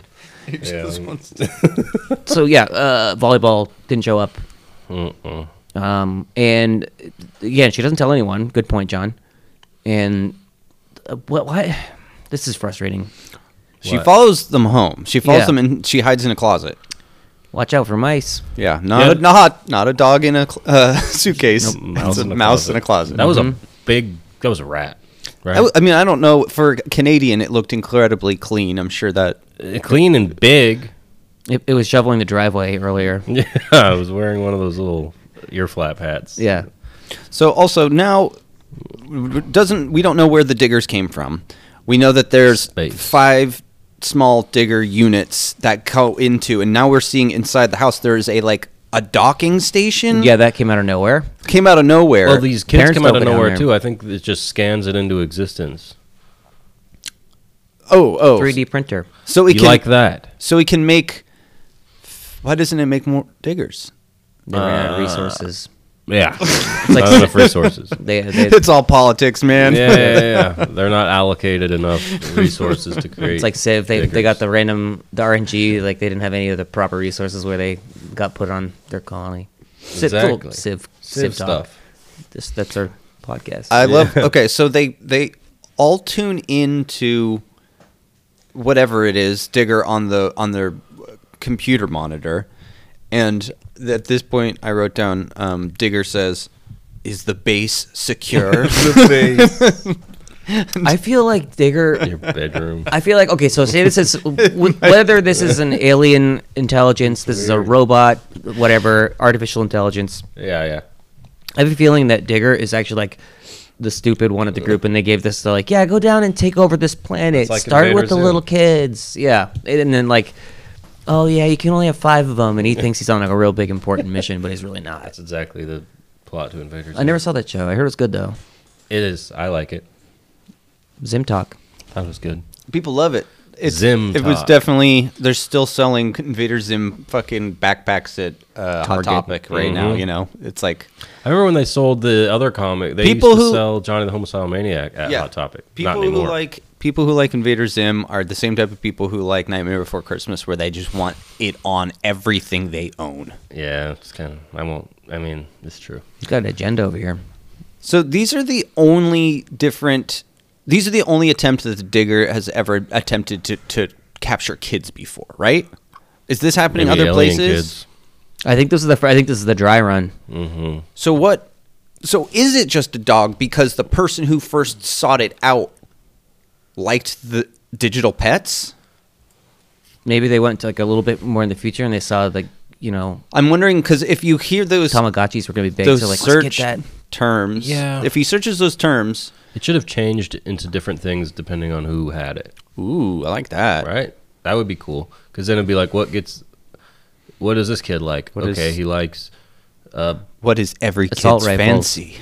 Speaker 1: So yeah, uh, volleyball didn't show up.
Speaker 3: Mm-mm.
Speaker 1: Um, and uh, again, she doesn't tell anyone. Good point, John. And uh, what what? This is frustrating.
Speaker 2: She
Speaker 3: What?
Speaker 2: follows them home. She follows
Speaker 1: Yeah.
Speaker 2: them and she hides in a closet.
Speaker 1: Watch out for mice.
Speaker 2: Yeah, not
Speaker 3: Yeah.
Speaker 2: A, not not a dog in a cl- uh, suitcase. it's a mouse in a closet.
Speaker 3: That was
Speaker 1: Mm-hmm.
Speaker 3: a big. That was a rat. Right.
Speaker 2: I, w- I mean, I don't know. For Canadian, it looked incredibly clean. I'm sure that
Speaker 3: Uh, clean and big.
Speaker 1: It, it was shoveling the driveway earlier.
Speaker 3: Yeah, I was wearing one of those little ear flap hats.
Speaker 1: Yeah.
Speaker 2: So also now doesn't we don't know where the diggers came from. We know that there's
Speaker 3: Space.
Speaker 2: five small digger units that go into and now we're seeing inside the house there is a like a docking station.
Speaker 1: Yeah, that came out of nowhere.
Speaker 2: Came out of nowhere.
Speaker 3: Well, these kids
Speaker 1: Parents
Speaker 3: come out
Speaker 1: don't
Speaker 3: of
Speaker 1: go down
Speaker 3: nowhere
Speaker 1: there.
Speaker 3: too. I think it just scans it into existence.
Speaker 2: oh, oh.
Speaker 1: 3D printer.
Speaker 2: So it
Speaker 3: you
Speaker 2: can
Speaker 3: like that?
Speaker 2: so it can make why doesn't it make more diggers?
Speaker 1: They ran out of resources.
Speaker 3: Yeah. it's
Speaker 1: like-
Speaker 3: like not enough resources.
Speaker 1: They, they,
Speaker 2: It's all politics,
Speaker 3: yeah,
Speaker 2: man.
Speaker 3: yeah, yeah, yeah. They're not allocated enough resources to create.
Speaker 1: it's like Civ. They, they got
Speaker 3: figures.
Speaker 1: the random the RNG. Like they didn't have any of the proper resources where they got put on their colony. Civ, it's a little
Speaker 3: Exactly.
Speaker 1: Civ, Civ,
Speaker 3: Civ
Speaker 1: talk.
Speaker 3: stuff.
Speaker 1: This, that's our podcast.
Speaker 2: I love. Okay, so they they all tune into whatever it is Digger on the on their computer monitor, and at this point, I wrote down um, Digger says, "Is the base secure?"
Speaker 1: I feel like Digger
Speaker 3: Your bedroom.
Speaker 1: I feel like okay. So say this is w- whether this is an alien intelligence, this is a robot, whatever artificial intelligence.
Speaker 3: Yeah, yeah.
Speaker 1: I have a feeling that Digger is actually like the stupid one at the group, and they gave this. They're like, "Yeah, go down and take over this planet.
Speaker 3: It's like
Speaker 1: Start with
Speaker 3: Invader
Speaker 1: the
Speaker 3: Zim.
Speaker 1: little kids." Yeah, and then like, "Oh yeah, you can only have five of them," and he thinks he's on like a real big important mission, but he's really not.
Speaker 3: That's exactly the plot to Invaders.
Speaker 1: I never saw that show. I heard it was good though.
Speaker 3: It is. I like it.
Speaker 1: Zim talk.
Speaker 3: That was good.
Speaker 2: People love it. It's,
Speaker 3: Zim
Speaker 2: It was
Speaker 3: Top.
Speaker 2: definitely. They're still selling Invader Zim fucking backpacks at uh, Hot
Speaker 1: Target.
Speaker 2: Topic right now.
Speaker 3: Mhm.
Speaker 2: You know, it's like
Speaker 3: I remember when they sold the other comic. They
Speaker 2: People
Speaker 3: used to
Speaker 2: who-
Speaker 3: sell Johnny the Homicidal Maniac at
Speaker 2: Yeah.
Speaker 3: Hot Topic. Not
Speaker 2: people who
Speaker 3: anymore.
Speaker 2: like people who like Invader Zim are the same type of people who like Nightmare Before Christmas, where they just want it on everything they own.
Speaker 3: yeah, it's kind of. I won't. I mean, it's true.
Speaker 1: He's got an agenda over here.
Speaker 2: So these are the only different. These are the only attempts that the Digger has ever attempted to, to capture kids before, right? Is this happening other
Speaker 3: Alien
Speaker 2: places?
Speaker 3: Kids.
Speaker 1: I think this is the. fir- I think this is the dry run.
Speaker 2: So what? So is it just a dog because the person who first sought it out liked the digital pets?
Speaker 1: Maybe they went to like a little bit more in the future, and they saw like you know
Speaker 2: I'm wondering because if you hear those
Speaker 1: Tamagotchis were gonna be big,
Speaker 2: those
Speaker 1: so like let's
Speaker 2: search
Speaker 1: get that.
Speaker 2: terms,
Speaker 3: Yeah.
Speaker 2: if he searches those terms,
Speaker 3: It should have changed into different things depending on who had it.
Speaker 2: ooh, I like that.
Speaker 3: right? That would be cool because then it'd be like, what gets, what is this kid like?
Speaker 2: What
Speaker 3: okay,
Speaker 2: is-
Speaker 3: he likes
Speaker 2: What is every
Speaker 1: Assault
Speaker 2: kid's
Speaker 1: rifles.
Speaker 2: fancy?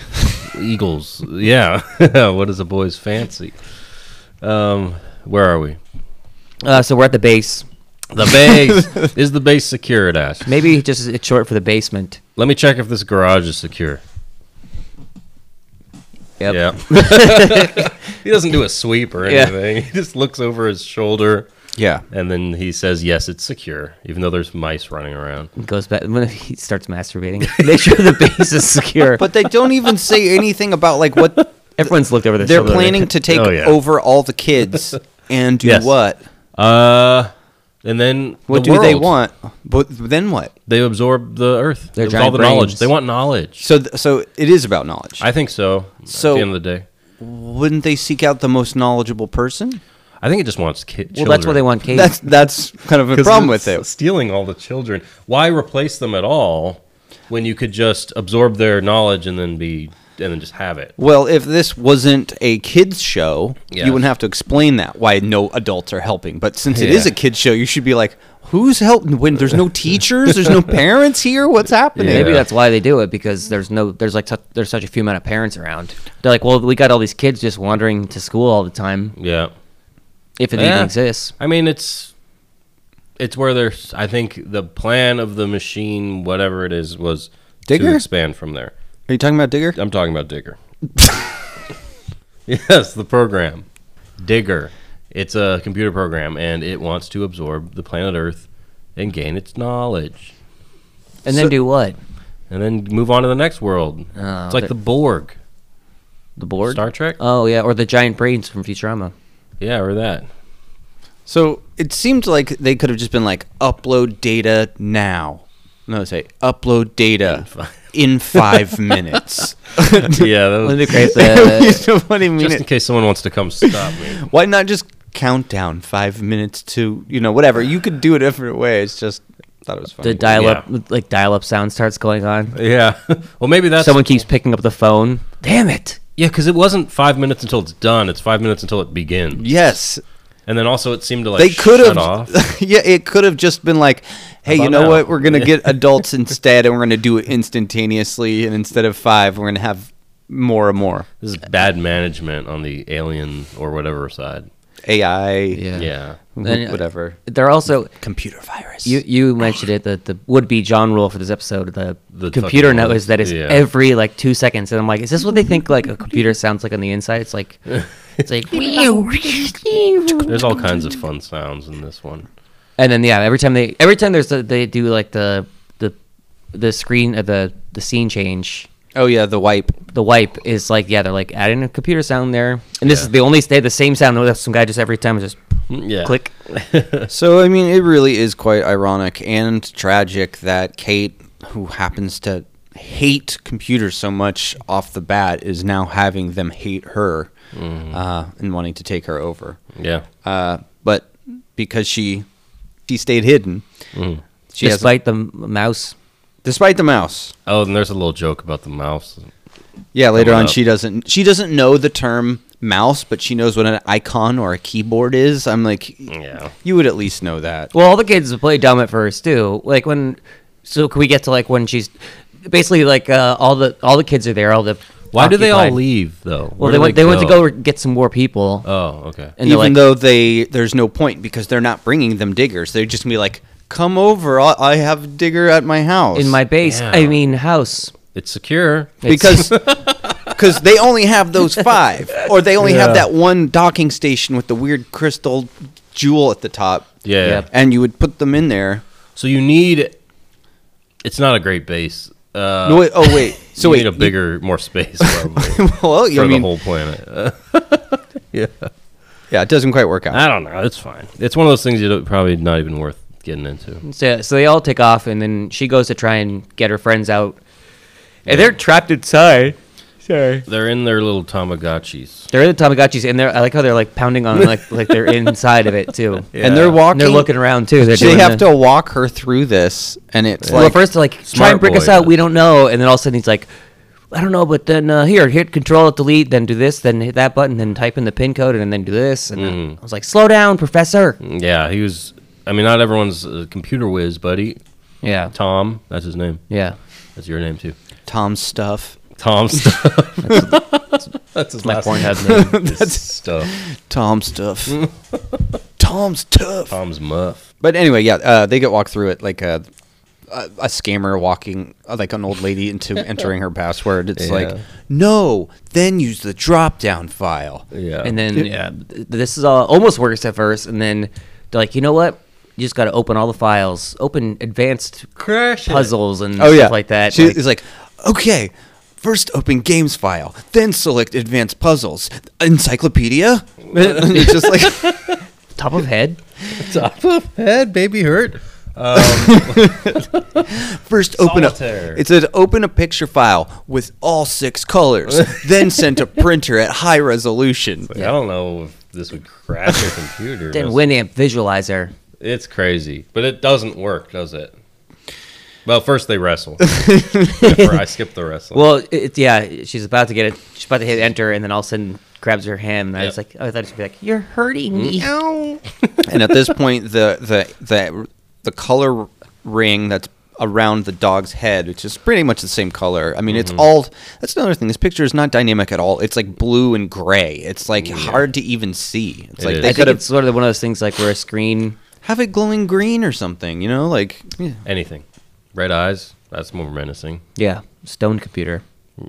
Speaker 3: eagles. yeah, what is a boy's fancy? Um, where are we?
Speaker 1: Uh, so we're at the base.
Speaker 3: The base is the base secured. Ash,
Speaker 1: Maybe just it's short for the basement.
Speaker 3: let me check if this garage is secure.
Speaker 1: Yep.
Speaker 3: Yeah, he doesn't do a sweep or
Speaker 1: Yeah.
Speaker 3: anything. He just looks over his shoulder.
Speaker 2: Yeah.
Speaker 3: And then he says, "Yes, it's secure," even though there's mice running around.
Speaker 1: goes back when he starts masturbating. Make sure the base is secure.
Speaker 2: But they don't even say anything about like what
Speaker 1: everyone's looked over their
Speaker 2: they're
Speaker 1: shoulder.
Speaker 2: planning to take
Speaker 3: Oh, yeah.
Speaker 2: over all the kids and do
Speaker 3: Yes.
Speaker 2: what?
Speaker 3: Uh, and then
Speaker 2: What
Speaker 3: the
Speaker 2: do they
Speaker 3: world.
Speaker 2: want? But then what?
Speaker 3: They absorb the earth.
Speaker 1: They're
Speaker 3: It's
Speaker 1: giant
Speaker 3: all the knowledge.
Speaker 1: brains.
Speaker 3: They want knowledge.
Speaker 2: So th- so it is about knowledge.
Speaker 3: I think so.
Speaker 2: So-
Speaker 3: at the end of the day,
Speaker 2: Wouldn't they seek out the most knowledgeable person?
Speaker 3: I think it just wants ki- children.
Speaker 1: Well, that's why they want Kate.
Speaker 2: That's that's kind of a
Speaker 3: 'Cause
Speaker 2: problem with
Speaker 3: it's
Speaker 2: it.
Speaker 3: Stealing all the children. Why replace them at all when you could just absorb their knowledge and then be and then just have it?
Speaker 2: Well, if this wasn't a kids show,
Speaker 3: Yes.
Speaker 2: you wouldn't have to explain that why no adults are helping. But since it is a
Speaker 3: Yeah.
Speaker 2: kids show, you should be like, who's helping? When there's no teachers, there's no parents here. What's happening?
Speaker 1: Maybe
Speaker 3: Yeah.
Speaker 1: that's why they do it because there's no there's like such there's such a few amount of parents around. They're like, well, we got all these kids just wandering to school all the time
Speaker 3: Yeah.
Speaker 1: if it even
Speaker 3: Yeah.
Speaker 1: exists.
Speaker 3: I mean, it's it's where there's. I think the plan of the machine, whatever it is, was
Speaker 2: Digger?
Speaker 3: to expand from there.
Speaker 2: Are you talking about Digger?
Speaker 3: I'm talking about Digger. yes, the program. Digger. It's a computer program and it wants to absorb the planet Earth and gain its knowledge.
Speaker 1: And then
Speaker 2: So-
Speaker 1: do what?
Speaker 3: And then move on to the next world.
Speaker 1: Oh,
Speaker 3: it's like
Speaker 1: the-
Speaker 3: the Borg.
Speaker 1: The board?
Speaker 3: Star Trek?
Speaker 1: Oh yeah, or the giant brains from Futurama.
Speaker 3: Yeah, or that.
Speaker 2: So it seemed like they could have just been like, upload data now. No, say upload data in five minutes. Uh,
Speaker 3: yeah, that
Speaker 1: Let
Speaker 3: was,
Speaker 1: me create
Speaker 2: you
Speaker 1: the
Speaker 2: know what I mean?
Speaker 3: just in case someone wants to come stop me.
Speaker 2: Why not just countdown five minutes to you know whatever? You could do it different way. It's just thought it was funny.
Speaker 1: the dial up like dial up sound starts going on.
Speaker 3: Yeah. well, maybe that's
Speaker 1: Someone keeps picking up the phone. Damn it!
Speaker 3: Yeah, because it wasn't five minutes until it's done. It's five minutes until it begins.
Speaker 2: yes,
Speaker 3: And then also it seemed to like
Speaker 2: they could have.
Speaker 3: shut off.
Speaker 2: yeah, it could have just been like, hey,
Speaker 3: How
Speaker 2: you
Speaker 3: about
Speaker 2: know
Speaker 3: now?
Speaker 2: what? We're gonna get adults instead, and we're gonna do it instantaneously. And instead of five, we're gonna have more and more
Speaker 3: This is bad management on the alien or whatever side.
Speaker 2: AI.
Speaker 1: Yeah.
Speaker 3: Yeah. uh,
Speaker 2: wh-
Speaker 1: Then-
Speaker 2: Whatever.
Speaker 1: They're also
Speaker 2: Computer virus.
Speaker 1: You you mentioned it that the would be John rule for this episode. The,
Speaker 3: The
Speaker 1: computer
Speaker 3: fucking-
Speaker 1: knows that it's
Speaker 3: yeah.
Speaker 1: every like two seconds, and I'm like, is this what they think like a computer sounds like on the inside? It's like it's like,
Speaker 3: There's all kinds of fun sounds in this one.
Speaker 1: and then yeah, every time they every time there's the, they do like the the the screen uh, the the scene change.
Speaker 2: oh yeah, the wipe.
Speaker 1: The wipe is like yeah, they're like adding a computer sound there, and this is the only they have the same sound. though, Some guy just every time is just
Speaker 3: Mm, Yeah.
Speaker 1: click.
Speaker 2: So I mean, it really is quite ironic and tragic that Kate, who happens to hate computers so much off the bat, is now having them hate her
Speaker 3: Mm-hmm.
Speaker 2: uh, and wanting to take her over.
Speaker 3: Yeah.
Speaker 2: Uh, but because she she stayed hidden, she has
Speaker 1: despite the m- mouse.
Speaker 2: despite the mouse.
Speaker 3: Oh, and there's a little joke about the mouse.
Speaker 2: Yeah, later on
Speaker 3: up.
Speaker 2: she doesn't she doesn't know the term mouse, but she knows what an icon or a keyboard is. I'm like,
Speaker 3: Yeah.
Speaker 2: you would at least know that.
Speaker 1: Well, all the kids play dumb at first too. Like when, so can we get to like when she's basically like uh, all the all the kids are there. All the
Speaker 3: Why do they all
Speaker 1: occupied-
Speaker 3: leave though?
Speaker 1: Well,
Speaker 3: Where
Speaker 1: they
Speaker 3: do
Speaker 1: went. They, went to
Speaker 3: go?
Speaker 1: go get some more people,
Speaker 3: Oh, okay.
Speaker 1: and
Speaker 2: Even
Speaker 1: they're like,
Speaker 2: though they there's no point because they're not bringing them diggers. They're just gonna be like, come over. I, I have a digger at my house
Speaker 1: in my base.
Speaker 3: Yeah.
Speaker 1: I mean, house.
Speaker 3: It's secure.
Speaker 2: because because they only have those five or they only have
Speaker 3: Yeah.
Speaker 2: that one docking station with the weird crystal jewel at the top.
Speaker 3: Yeah.
Speaker 1: Yep.
Speaker 2: and you would put them in there.
Speaker 3: So you need. It's not a great base. Uh,
Speaker 2: no, wait, oh wait. So
Speaker 3: you
Speaker 2: wait,
Speaker 3: need a
Speaker 2: you-
Speaker 3: bigger, more space probably for
Speaker 2: well, I
Speaker 3: the
Speaker 2: mean,
Speaker 3: whole planet. Uh, yeah.
Speaker 2: yeah, it doesn't quite work out.
Speaker 3: I don't know. It's fine. It's one of those things you don't, probably not even worth getting into.
Speaker 1: So, so they all take off, and then she goes to try and get her friends out, and they're trapped inside. Sorry.
Speaker 3: They're in their little Tamagotchis.
Speaker 1: They're in the Tamagotchis, and they're I like how they're like pounding on like like they're inside of it too.
Speaker 2: And they're
Speaker 3: Yeah.
Speaker 2: walking.
Speaker 1: And they're looking around too. They're
Speaker 2: So they
Speaker 1: doing
Speaker 2: have
Speaker 1: the-
Speaker 2: to walk her through this, and it's
Speaker 1: well,
Speaker 2: like
Speaker 1: at first, they're like, try
Speaker 3: Smart
Speaker 1: and break us
Speaker 3: boy,
Speaker 1: out.
Speaker 3: yeah.
Speaker 1: We don't know. And then all of a sudden, he's like, I don't know, but then uh, here, hit control, delete, then do this, then hit that button, then type in the pin code, and then do this. And
Speaker 2: Mm.
Speaker 1: I was like, slow down, professor.
Speaker 3: Yeah, he was. I mean, not everyone's a computer whiz, buddy.
Speaker 1: Yeah.
Speaker 3: Tom, that's his name.
Speaker 1: Yeah.
Speaker 3: That's your name too.
Speaker 2: Tom's stuff.
Speaker 3: Tom stuff. that's his
Speaker 1: my
Speaker 3: last
Speaker 1: point.
Speaker 3: name. that's stuff.
Speaker 2: Tom's stuff. Tom's tough.
Speaker 3: Tom's muff.
Speaker 2: But anyway, yeah, uh, they get walked through it like a a, a scammer walking uh, like an old lady into entering her password. It's like
Speaker 3: Yeah.
Speaker 2: no, then use the drop down file.
Speaker 3: Yeah.
Speaker 1: And then yeah, th- this is all almost works at first. And then they're like, you know what? You just got to open all the files, open advanced
Speaker 3: crash
Speaker 1: puzzles and
Speaker 2: Oh
Speaker 1: stuff
Speaker 2: yeah,
Speaker 1: like that.
Speaker 2: She
Speaker 1: Like,
Speaker 2: is like, okay, first open games file, then select advanced puzzles, encyclopedia. And it's just like
Speaker 1: top of head.
Speaker 3: Top of head, baby hurt. Um,
Speaker 2: first open up.
Speaker 3: Solitaire.
Speaker 2: It says open a picture file with all six colors, then sent to printer at high resolution.
Speaker 3: I don't know if this would crash your computer.
Speaker 1: Then
Speaker 3: That's-
Speaker 1: Winamp visualizer.
Speaker 3: It's crazy, but it doesn't work, does it? Well, first they wrestle. I skipped the wrestling.
Speaker 1: Well, it- it's yeah, she's about to get it. She's about to hit enter, and then all of a sudden grabs her hand. And I was
Speaker 3: Yep. Mm-hmm.
Speaker 1: like, oh, I thought she'd be like, "You're hurting me."
Speaker 2: and at this point, the the the the color ring that's around the dog's head, which is pretty much the same color. I mean,
Speaker 1: Mm-hmm.
Speaker 2: it's all. That's another thing. This picture is not dynamic at all. It's like blue and gray. It's like hard to even see. It's
Speaker 3: It
Speaker 2: like
Speaker 3: is.
Speaker 1: I
Speaker 2: they
Speaker 1: think
Speaker 2: could have
Speaker 1: it's sort of one of those things like where a screen.
Speaker 2: have it glowing green or something. You know, like yeah.
Speaker 3: Anything. Red eyes. That's more menacing.
Speaker 1: Yeah, stone computer.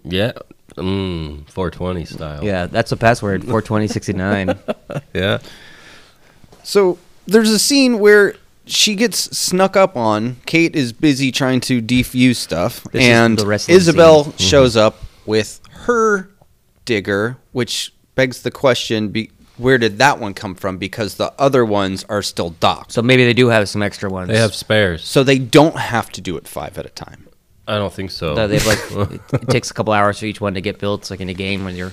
Speaker 3: Yeah. Mm, 420 style.
Speaker 1: Yeah, that's the password. Four twenty sixty nine.
Speaker 3: Yeah.
Speaker 2: So there's a scene where she gets snuck up on. Kate is busy trying to defuse stuff,
Speaker 1: This is
Speaker 2: and
Speaker 1: the wrestling Mm-hmm.
Speaker 2: Isabel shows up with her digger, which begs the question: be, Where did that one come from? Because the other ones are still docked, so,
Speaker 1: So maybe they do have some extra ones.
Speaker 3: They have spares.
Speaker 2: they don't have to do it five at a time.
Speaker 3: I don't think so.
Speaker 1: So they have like it, it takes a couple hours for each one to get built. It's like in a game when you're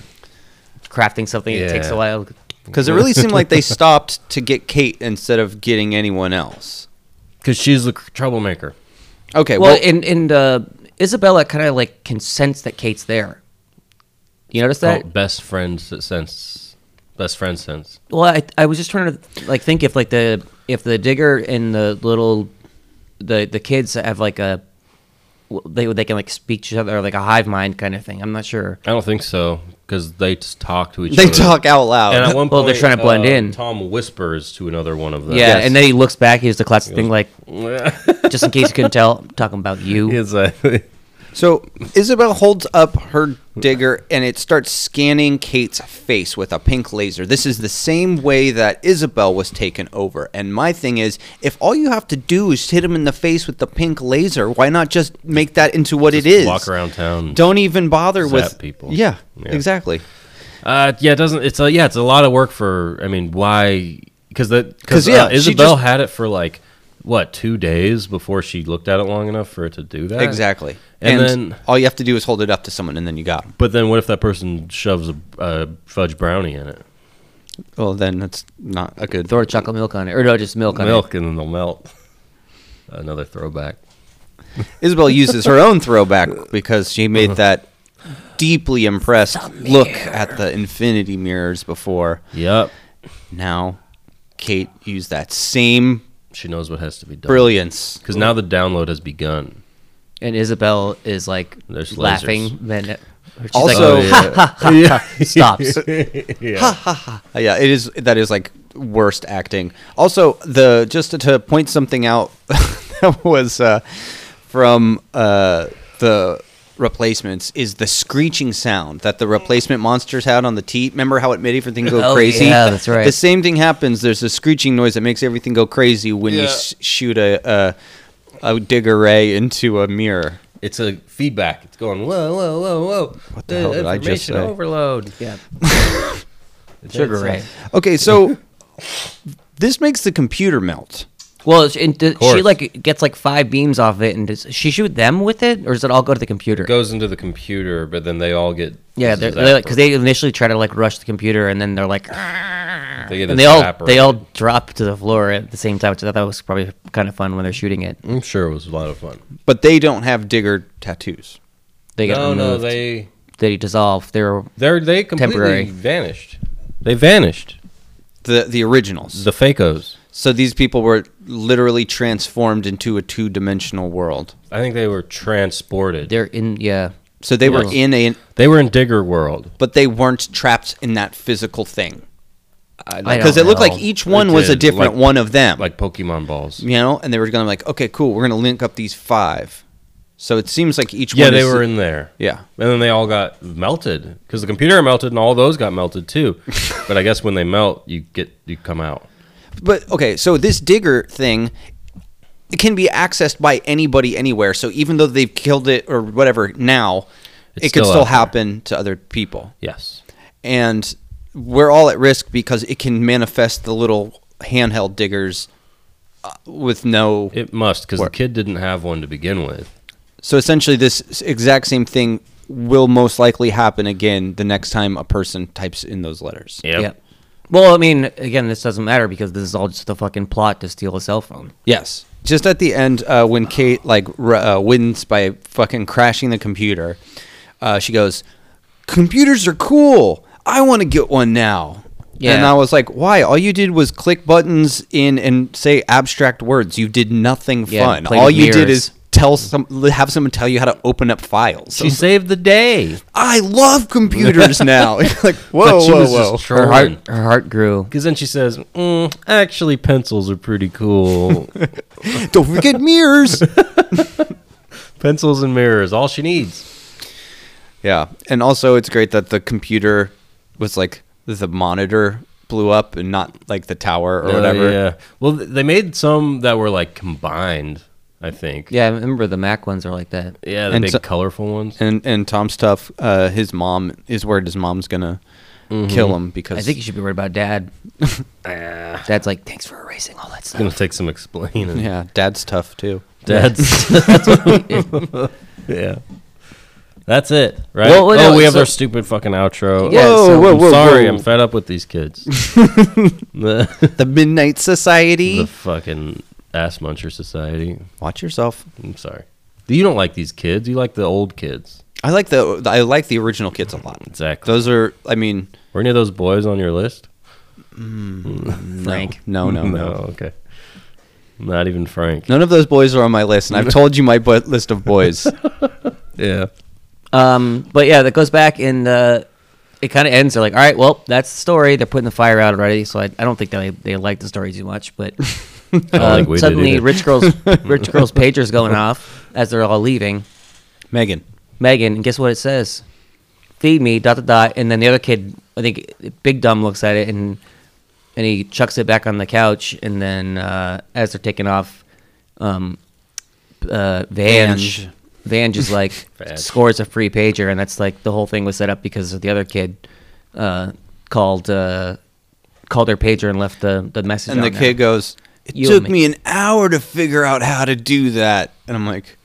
Speaker 1: crafting something, it takes a
Speaker 3: Yeah.
Speaker 1: while.
Speaker 2: Because it really seemed like they stopped to get Kate instead of getting anyone else.
Speaker 3: Because she's the cr- troublemaker.
Speaker 2: Okay,
Speaker 1: Well,
Speaker 2: well,
Speaker 1: and and uh, Isabella kind of like can sense that Kate's there. You notice that?
Speaker 3: Oh, best friend s- sense. Best friend sense.
Speaker 1: Well, I, I was just trying to like think if like the if the digger and the little the the kids have like a they they can like speak to each other or like a hive mind kind of thing. I'm not sure.
Speaker 3: I don't think so. Because they just talk to each
Speaker 2: they
Speaker 3: other.
Speaker 2: talk out loud.
Speaker 3: And at one point,
Speaker 1: Well, they're trying to blend
Speaker 3: uh,
Speaker 1: in.
Speaker 3: Tom whispers to another one of them.
Speaker 1: Yeah, and then he looks back. He's the classic thing like just in case you couldn't tell, I'm talking about you.
Speaker 3: Exactly.
Speaker 2: So Isabel holds up her digger and it starts scanning Kate's face with a pink laser. This is the same way that Isabel was taken over. And my thing is, if all you have to do is hit him in the face with the pink laser, why not just make that into what it is?
Speaker 3: Walk around town.
Speaker 2: Don't even bother
Speaker 3: Zap
Speaker 2: with
Speaker 3: people.
Speaker 2: Yeah,
Speaker 3: Yeah.
Speaker 2: exactly.
Speaker 3: Uh, yeah, it doesn't it's a yeah, it's a lot of work for. I mean, why? Because that
Speaker 2: 'Cause,
Speaker 3: because
Speaker 2: yeah,
Speaker 3: uh,
Speaker 2: she
Speaker 3: Isabel
Speaker 2: just-
Speaker 3: had it for like what two days before she looked at it long enough for it to do that.
Speaker 2: Exactly.
Speaker 3: And
Speaker 2: And,
Speaker 3: then-
Speaker 2: all you have to do is hold it up to someone and then you got him.
Speaker 3: But then, what if that person shoves a, a fudge brownie in it?
Speaker 2: Well, then that's not a good
Speaker 1: Throw chocolate milk on it, or no, just milk on
Speaker 3: Milk, and then they'll melt. Another throwback.
Speaker 2: Isabel uses her own throwback because she made that deeply impressed look at the infinity mirrors before.
Speaker 3: Yep.
Speaker 2: Now, Kate used that same
Speaker 3: She knows what has to be done.
Speaker 2: brilliance.
Speaker 3: Because now the download has begun.
Speaker 1: and Isabel is like
Speaker 3: There's
Speaker 1: laughing. Then she's
Speaker 2: Also-
Speaker 1: like,
Speaker 3: yeah.
Speaker 1: stops.
Speaker 2: Uh, yeah, it is. That is like worst acting. Also, the just to, to point something out that was uh, from uh, the replacements is the screeching sound that the replacement monsters had on the teat. Remember how it made everything go
Speaker 1: Oh,
Speaker 2: crazy?
Speaker 1: yeah, that's right.
Speaker 2: The same thing happens. There's a screeching noise that makes everything go crazy when you
Speaker 3: Yeah.
Speaker 2: s- shoot a, a a digger ray into a mirror.
Speaker 3: It's a feedback. It's going, whoa, whoa, whoa, whoa.
Speaker 2: What the hell did I just
Speaker 3: information
Speaker 2: say?
Speaker 3: overload.
Speaker 1: yeah,
Speaker 3: It
Speaker 1: sugar
Speaker 3: makes
Speaker 1: ray.
Speaker 3: sense.
Speaker 2: Okay, so this makes the computer melt.
Speaker 1: Well, she, and does- she
Speaker 3: course.
Speaker 1: like gets like five beams off it, and does she shoot them with it, or does it all go to the computer?
Speaker 3: It goes into the computer, but then they all get.
Speaker 1: yeah, they're, they're like because they initially try to like rush the computer, and then they're like,
Speaker 3: they get
Speaker 1: and they all
Speaker 3: evaporated.
Speaker 1: they all drop to the floor at the same time. Which I thought was probably kind of fun when they're shooting it.
Speaker 3: I'm sure it was a lot of fun.
Speaker 2: But they don't have digger tattoos.
Speaker 1: They get
Speaker 3: no, no,
Speaker 1: removed.
Speaker 3: they
Speaker 1: they dissolve. They're
Speaker 3: they're they completely
Speaker 1: Temporary.
Speaker 3: vanished. They vanished.
Speaker 2: The the originals.
Speaker 3: The fakos.
Speaker 2: so these people were literally transformed into a two dimensional world.
Speaker 3: I think they were transported.
Speaker 1: they're in yeah.
Speaker 2: So they were
Speaker 1: Yes.
Speaker 2: in a
Speaker 3: they were in Digger World.
Speaker 2: but they weren't trapped in that physical thing.
Speaker 1: I
Speaker 2: Because
Speaker 1: don't
Speaker 2: it looked
Speaker 1: know.
Speaker 2: like each one
Speaker 3: It
Speaker 2: was a
Speaker 3: did,
Speaker 2: different
Speaker 3: like-
Speaker 2: one of them.
Speaker 3: like Pokemon balls.
Speaker 2: you know, and they were gonna be like, okay, cool, we're gonna link up these five. So it seems like each
Speaker 3: Yeah,
Speaker 2: one
Speaker 3: they
Speaker 2: is-
Speaker 3: were in there.
Speaker 2: Yeah.
Speaker 3: And then they all got melted because the computer melted and all those got melted too. but I guess when they melt, you get you come out.
Speaker 2: But okay, so this digger thing it can be accessed by anybody anywhere. So even though they've killed it or whatever now,
Speaker 3: It's
Speaker 2: it could
Speaker 3: still
Speaker 2: still
Speaker 3: out there.
Speaker 2: happen to other people.
Speaker 3: Yes.
Speaker 2: And we're all at risk because it can manifest the little handheld diggers uh, with no
Speaker 3: It must because the
Speaker 2: Work.
Speaker 3: kid didn't have one to begin with.
Speaker 2: So essentially this s- exact same thing will most likely happen again the next time a person types in those letters.
Speaker 1: Yeah. Well, I mean, again, this doesn't matter because this is all just a fucking plot to steal a cell phone.
Speaker 2: Yes. Just at the end, uh, when Kate like r- uh, wins by fucking crashing the computer, uh, she goes, "Computers are cool. I want to get one now."
Speaker 1: Yeah.
Speaker 2: And I was like, "Why? All you did was click buttons in and say abstract words. You did nothing
Speaker 1: Yeah,
Speaker 2: fun.
Speaker 1: played
Speaker 2: All
Speaker 1: with
Speaker 2: you did
Speaker 1: mirrors.
Speaker 2: is tell some, have someone tell you how to open up files.
Speaker 3: She saved the day.
Speaker 2: I love computers now. like, whoa,
Speaker 3: But she
Speaker 2: whoa,
Speaker 3: was
Speaker 2: whoa.
Speaker 3: just
Speaker 1: Her
Speaker 3: trolling.
Speaker 1: heart, her heart grew.
Speaker 3: Because then she says, mm, actually, pencils are pretty cool.
Speaker 2: Don't forget mirrors."
Speaker 3: pencils and mirrors, all she needs.
Speaker 2: Yeah, and also it's great that the computer was like the monitor blew up and not like the tower or
Speaker 3: Uh,
Speaker 2: whatever.
Speaker 3: yeah. Well, th- they made some that were like combined, I think.
Speaker 1: Yeah, I remember the Mac ones are like that.
Speaker 3: Yeah, the
Speaker 2: And
Speaker 3: big
Speaker 2: so-
Speaker 3: colorful ones.
Speaker 2: And and Tom Stuff, uh, his mom is worried his mom's gonna kill him because
Speaker 1: I think you should be worried about dad. Dad's like, thanks for erasing all that
Speaker 3: It's
Speaker 1: stuff.
Speaker 3: gonna take some explaining.
Speaker 2: yeah, dad's tough too.
Speaker 3: That's yeah. That's it, right?
Speaker 1: Well,
Speaker 3: oh,
Speaker 1: wait, no,
Speaker 3: we have
Speaker 1: so-
Speaker 3: their stupid fucking outro. Oh,
Speaker 1: Yeah, Whoa,
Speaker 2: so- whoa,
Speaker 3: I'm
Speaker 2: whoa,
Speaker 3: sorry,
Speaker 2: whoa.
Speaker 3: I'm fed up with these kids. the,
Speaker 2: The Midnight Society.
Speaker 3: the fucking ass muncher society.
Speaker 2: Watch yourself.
Speaker 3: I'm sorry. You don't like these kids. You like the old kids.
Speaker 2: I like the I like the original kids a lot.
Speaker 3: Exactly.
Speaker 2: Those are I mean
Speaker 3: Were any of those boys on your list?
Speaker 1: Frank.
Speaker 2: No, no, no. no.
Speaker 3: Okay. Not even Frank.
Speaker 2: None of those boys are on my list, and I've told you my bo- list of boys.
Speaker 3: Yeah.
Speaker 1: Um, but yeah, that goes back and uh, it kind of ends. They're like, all right, well, that's the story. They're putting the fire out already, so I, I don't think they they like the story too much. But
Speaker 3: I don't
Speaker 1: uh,
Speaker 3: think we did
Speaker 1: suddenly,
Speaker 3: either.
Speaker 1: rich girls, rich girls' pagers going off as they're all leaving.
Speaker 2: Megan.
Speaker 1: Megan, and guess what it says? Feed me, dot dot dot. And then the other kid, I think Big Dumb looks at it and and he chucks it back on the couch. And then uh, as they're taking off, um, uh, Vange,
Speaker 2: Vange.
Speaker 1: Vange is like
Speaker 3: Vange.
Speaker 1: scores a free pager, and that's like the whole thing was set up because the other kid uh, called uh, called her pager and left the the message.
Speaker 2: And the
Speaker 1: on
Speaker 2: kid
Speaker 1: there.
Speaker 2: goes, It
Speaker 1: You
Speaker 2: took
Speaker 1: and
Speaker 2: me
Speaker 1: me."
Speaker 2: an hour to figure out how to do that. And I'm like,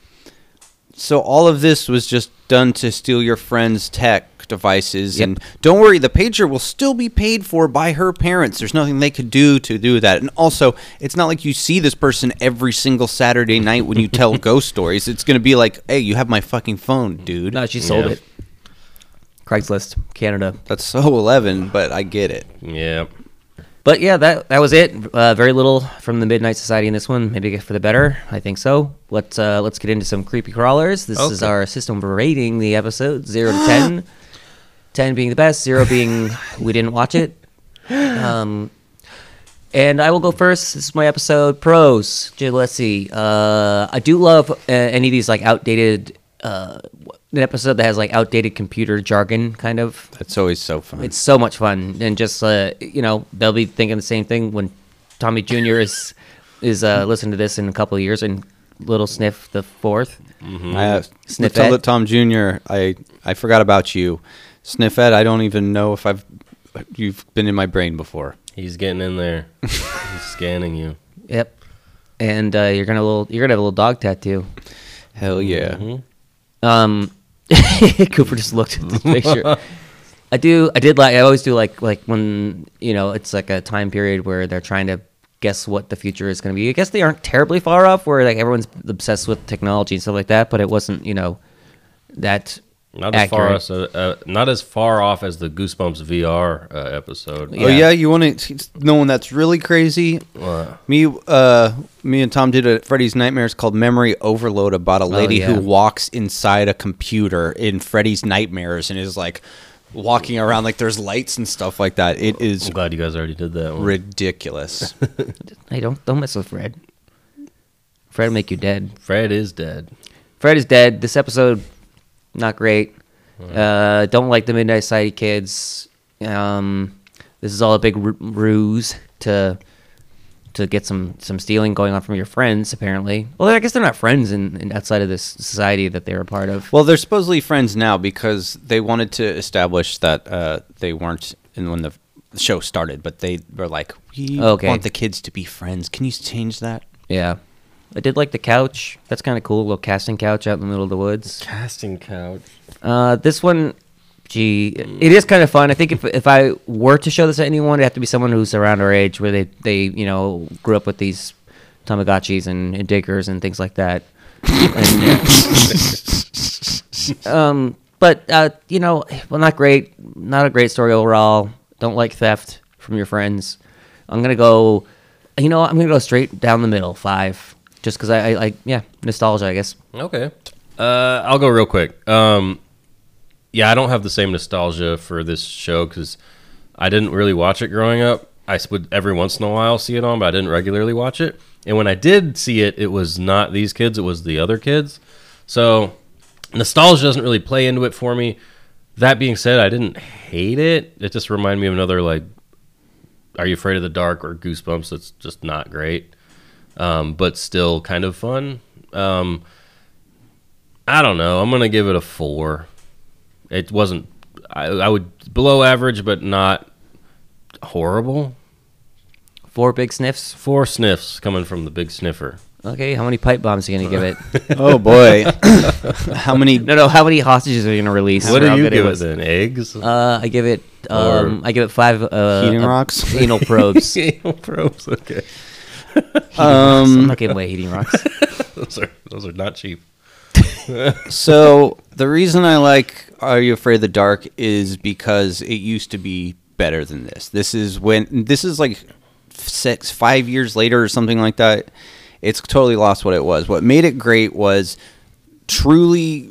Speaker 2: So all of this was just done to steal your friend's tech devices.
Speaker 1: Yep.
Speaker 2: And don't worry, the pager will still be paid for by her parents. There's nothing they could do to do that. And also, it's not like you see this person every single Saturday night when you tell ghost stories. It's going to be like, Hey, you have my fucking phone, dude.
Speaker 1: No, she sold
Speaker 3: Yeah.
Speaker 1: it. Craigslist, Canada.
Speaker 2: That's so 11, but I get it.
Speaker 3: Yeah.
Speaker 1: But yeah, that that was it. Uh, very little from the Midnight Society in this one. Maybe for the better, I think so. Let's uh, let's get into some creepy crawlers. This is
Speaker 3: Okay.
Speaker 1: our system for rating the episode: zero to ten. Ten being the best, zero being we didn't watch it. Um, and I will go first. This is my episode pros. J- Let's see. Uh, I do love uh, any of these like outdated. Uh, an episode that has like outdated computer jargon, kind of.
Speaker 2: That's always so fun.
Speaker 1: It's so much fun, and just uh, you know, they'll be thinking the same thing when Tommy Junior is is uh, listening to this in a couple of years and little sniff the fourth.
Speaker 2: I, uh,
Speaker 1: Sniffette.
Speaker 2: Matilda Tom Jr. I I forgot about you, Sniffette. I don't even know if I've you've been in my brain before.
Speaker 3: He's getting in there. He's scanning you.
Speaker 1: Yep, and uh, you're gonna little you're gonna have a little dog tattoo.
Speaker 2: Hell yeah!
Speaker 1: Um, Cooper just looked at the picture. I do. I did like. I always do like like when you know it's like a time period where they're trying to guess what the future is going to be. I guess they aren't terribly far off. Where like everyone's obsessed with technology and stuff like that, but it wasn't you know that
Speaker 3: Not as
Speaker 1: accurate.
Speaker 3: far as uh, uh, not as far off as the Goosebumps VR uh, episode.
Speaker 2: Oh yeah, you want to know one that's really crazy?
Speaker 3: What?
Speaker 2: Me, uh, me and Tom did a Freddy's Nightmares called Memory Overload about a lady
Speaker 1: yeah.
Speaker 2: who walks inside a computer in Freddy's Nightmares and is like walking around like there's lights and stuff like that. It is
Speaker 3: I'm glad you guys already did that one.
Speaker 2: ridiculous.
Speaker 1: Hey, don't don't mess with Fred. Fred will make you dead.
Speaker 3: Fred is dead.
Speaker 1: Fred is dead. This episode, not great. Uh, don't like the Midnight Society kids. Um, this is all a big ru- ruse to to get some some stealing going on from your friends. Apparently, well, I guess they're not friends in, in outside of this society that they're a part of.
Speaker 2: Well, they're supposedly friends now because they wanted to establish that uh, they weren't in when the show started, but they were like, "We
Speaker 1: Okay.
Speaker 2: want the kids to be friends. Can you change that?"
Speaker 1: Yeah, I did like the couch. That's kind of cool, little casting couch out in the middle of the woods.
Speaker 3: Casting couch.
Speaker 1: Uh, this one, gee, it is kind of fun. I think if if I were to show this to anyone, it'd have to be someone who's around our age, where they they you know grew up with these Tamagotchis and, and diggers and things like that. And, uh, um, but uh, you know, well, not great, not a great story overall. Don't like theft from your friends. I'm gonna go, you know, I'm gonna go straight down the middle, five, just because I, I like, yeah, nostalgia, I guess.
Speaker 3: Okay. Uh, I'll go real quick. Um, yeah, I don't have the same nostalgia for this show because I didn't really watch it growing up. I s- would every once in a while see it on, but I didn't regularly watch it. And when I did see it, it was not these kids; it was the other kids. So nostalgia doesn't really play into it for me. That being said, I didn't hate it. It just reminded me of another like, "Are You Afraid of the Dark?" or "Goosebumps." That's just not great, um, but still kind of fun. Um, I don't know. I'm gonna give it a four. It wasn't. I, I would below average, but not horrible.
Speaker 1: Four big sniffs.
Speaker 3: Four sniffs coming from the big sniffer.
Speaker 1: Okay, how many pipe bombs are you gonna give it?
Speaker 2: Oh boy, how many?
Speaker 1: No, no. How many hostages are you gonna release?
Speaker 3: what
Speaker 1: Or how
Speaker 3: do you
Speaker 1: good
Speaker 3: give it
Speaker 1: was?
Speaker 3: then? Eggs?
Speaker 1: Uh, I give it. Um, I give it five. Uh,
Speaker 2: Heating
Speaker 1: uh,
Speaker 2: rocks?
Speaker 1: Anal probes. Heating
Speaker 3: probes. Okay.
Speaker 1: rocks. I'm
Speaker 2: Um,
Speaker 1: not giving away heating rocks.
Speaker 3: Those are those are not cheap.
Speaker 2: so the reason I like "Are You Afraid of the Dark" is because it used to be better than this. This is when this is like six, five years later or something like that. It's totally lost what it was. What made it great was truly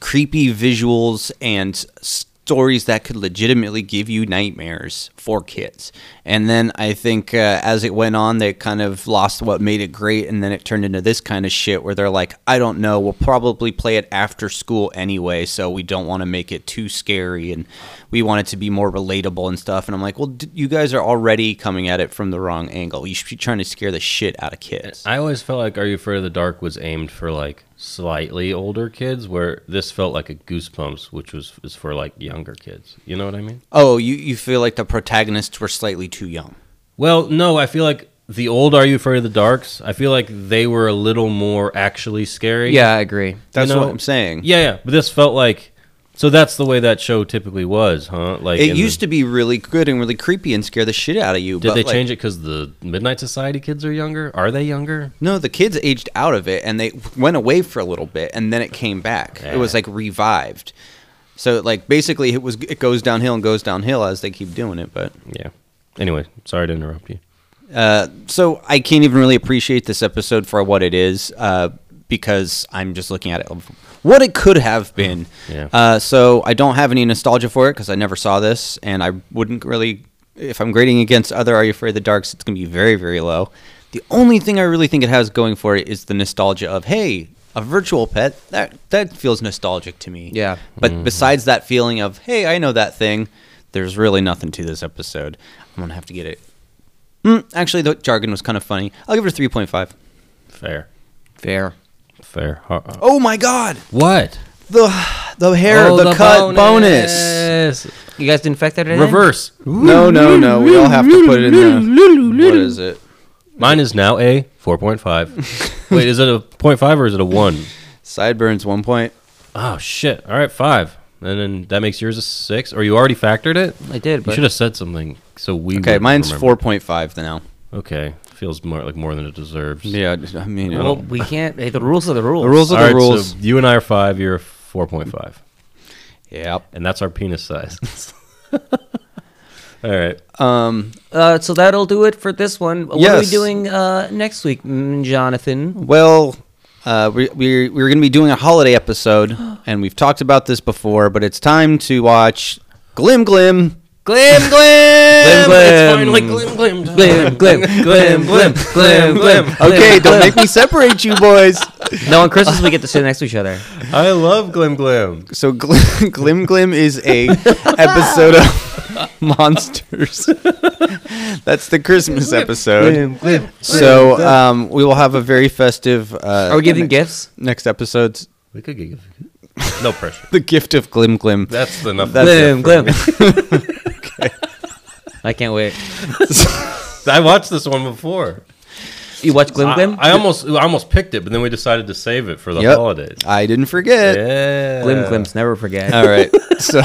Speaker 2: creepy visuals and stories that could legitimately give you nightmares for kids. And then I think uh, as it went on, they kind of lost what made it great, and then it turned into this kind of shit where they're like, I don't know, we'll probably play it after school anyway, so we don't want to make it too scary, and we want it to be more relatable and stuff. And I'm like, well, d- you guys are already coming at it from the wrong angle. You should be trying to scare the shit out of kids.
Speaker 3: I always felt like Are You Afraid of the Dark was aimed for like slightly older kids, where this felt like a Goosebumps, which was is for like younger kids. You know what I mean?
Speaker 2: Oh, you, you feel like the protagonists were slightly too young.
Speaker 3: Well, no, I feel like the old Are You Afraid of the Darks, I feel like they were a little more actually scary.
Speaker 1: yeah, I agree.
Speaker 2: That's
Speaker 3: know-
Speaker 2: what I'm saying.
Speaker 3: Yeah, yeah. But this felt like so that's the way that show typically was, huh? Like
Speaker 2: It used to be really good and really creepy and scare the shit out of you.
Speaker 3: Did
Speaker 2: but
Speaker 3: they
Speaker 2: like,
Speaker 3: change it because the Midnight Society kids are younger? Are they younger?
Speaker 2: No, the kids aged out of it and they went away for a little bit and then it came back. It was
Speaker 3: Yeah.
Speaker 2: like revived. So like basically it was it goes downhill and goes downhill as they keep doing it, but
Speaker 3: Yeah. Anyway, sorry to interrupt you.
Speaker 2: uh, so I can't even really appreciate this episode for what it is uh, because I'm just looking at it what it could have been.
Speaker 3: Yeah.
Speaker 2: Uh, so I don't have any nostalgia for it because I never saw this, and I wouldn't really. If I'm grading against other Are You Afraid of the Darks, it's going to be very very low. The only thing I really think it has going for it is the nostalgia of hey. A virtual pet that that feels nostalgic to me.
Speaker 1: Yeah.
Speaker 2: But besides that feeling of hey, I know that thing, there's really nothing to this episode. I'm gonna have to get it Mm, actually, the jargon was kind of funny. I'll give it a three point five.
Speaker 3: Fair.
Speaker 1: Fair.
Speaker 3: Fair. uh. Har- har-
Speaker 2: Oh my god!
Speaker 3: What?
Speaker 2: The the hair,
Speaker 3: Oh,
Speaker 2: the, cut bonus.
Speaker 3: bonus.
Speaker 1: You guys didn't affect that in?
Speaker 3: Reverse.
Speaker 2: No, no, no. We all have to put it in the. What is it?
Speaker 3: Mine is now a 4.5. Wait, is it a 0.5 or is it a 1?
Speaker 2: Sideburns one point.
Speaker 3: Oh, shit. All right, 5. And then that makes yours a 6. Or you already factored it?
Speaker 1: I did,
Speaker 3: You
Speaker 1: but
Speaker 3: should have said something so we
Speaker 2: Okay,
Speaker 3: would
Speaker 2: mine's
Speaker 3: remember.
Speaker 2: four point five now.
Speaker 3: Okay. Feels more like more than it deserves.
Speaker 2: Yeah, I mean,
Speaker 1: well, we can't. hey, The rules are the rules.
Speaker 2: the rules
Speaker 3: All
Speaker 2: are the
Speaker 3: right,
Speaker 2: rules.
Speaker 3: so you and I are 5, you're a 4.5.
Speaker 2: Yep.
Speaker 3: And that's our penis size. all right.
Speaker 2: Um.
Speaker 1: Uh, so that'll do it for this one. What are we
Speaker 2: Yes.
Speaker 1: doing uh, next week, mm, Jonathan?
Speaker 2: Well, uh, we we we're gonna be doing a holiday episode, and we've talked about this before, but it's time to watch Glim Glim.
Speaker 1: Glim, glim,
Speaker 2: Glim.
Speaker 3: glim glim.
Speaker 1: glim, glim, glim, glim, glim, glim.
Speaker 2: Okay, don't make me separate you boys.
Speaker 1: No, on Christmas we get to sit next to each other.
Speaker 3: I love glim glim.
Speaker 2: So Glim Glim, Glim is a episode of Monsters. That's the Christmas episode. So um, we will have a very festive. Uh,
Speaker 1: Are we giving
Speaker 2: ne-
Speaker 1: gifts?
Speaker 2: Next episode's
Speaker 3: We could give no pressure.
Speaker 2: the gift of Glim Glim.
Speaker 3: That's enough.
Speaker 2: That's it
Speaker 1: Glim, glim. I can't wait.
Speaker 3: I watched this one before.
Speaker 1: You watch Glim Glim?
Speaker 3: I, I almost I almost picked it, but then we decided to save it for the
Speaker 2: Yep.
Speaker 3: holidays.
Speaker 2: I didn't forget.
Speaker 3: Yeah.
Speaker 1: Glim Glim's never forget.
Speaker 2: All right. So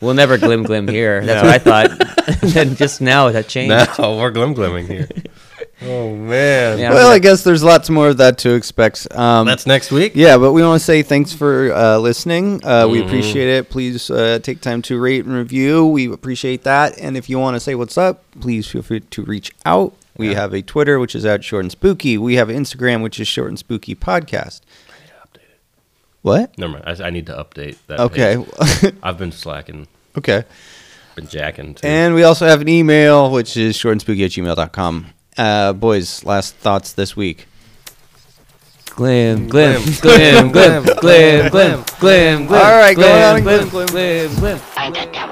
Speaker 1: We'll never Glim Glim here. That's what I thought. And then just now that changed.
Speaker 3: Now we're glim glimming here. oh man.
Speaker 1: Yeah.
Speaker 2: well, I guess there's lots more of that to expect. Um,
Speaker 3: That's next week.
Speaker 2: Yeah, but we want to say thanks for uh, listening. Uh,
Speaker 3: Mm-hmm.
Speaker 2: We appreciate it. Please uh, take time to rate and review. We appreciate that. And if you want to say what's up, please feel free to reach out. We have a Twitter, which is at Short and Spooky. We have Instagram, which is Short and Spooky Podcast. What?
Speaker 3: Never mind. I, I need to update that.
Speaker 2: Okay.
Speaker 3: page. I've been slacking,
Speaker 2: okay.
Speaker 3: been jacking too.
Speaker 2: And we also have an email, which is shortandspooky at gmail.com. Uh, boys, last thoughts this week.
Speaker 1: Glim, glim, glim, glim, glim, glim, glim, glim.
Speaker 2: All right, go
Speaker 1: glim,
Speaker 2: on and
Speaker 1: glim, glim,
Speaker 2: glim,
Speaker 1: glim, glim.
Speaker 4: I got that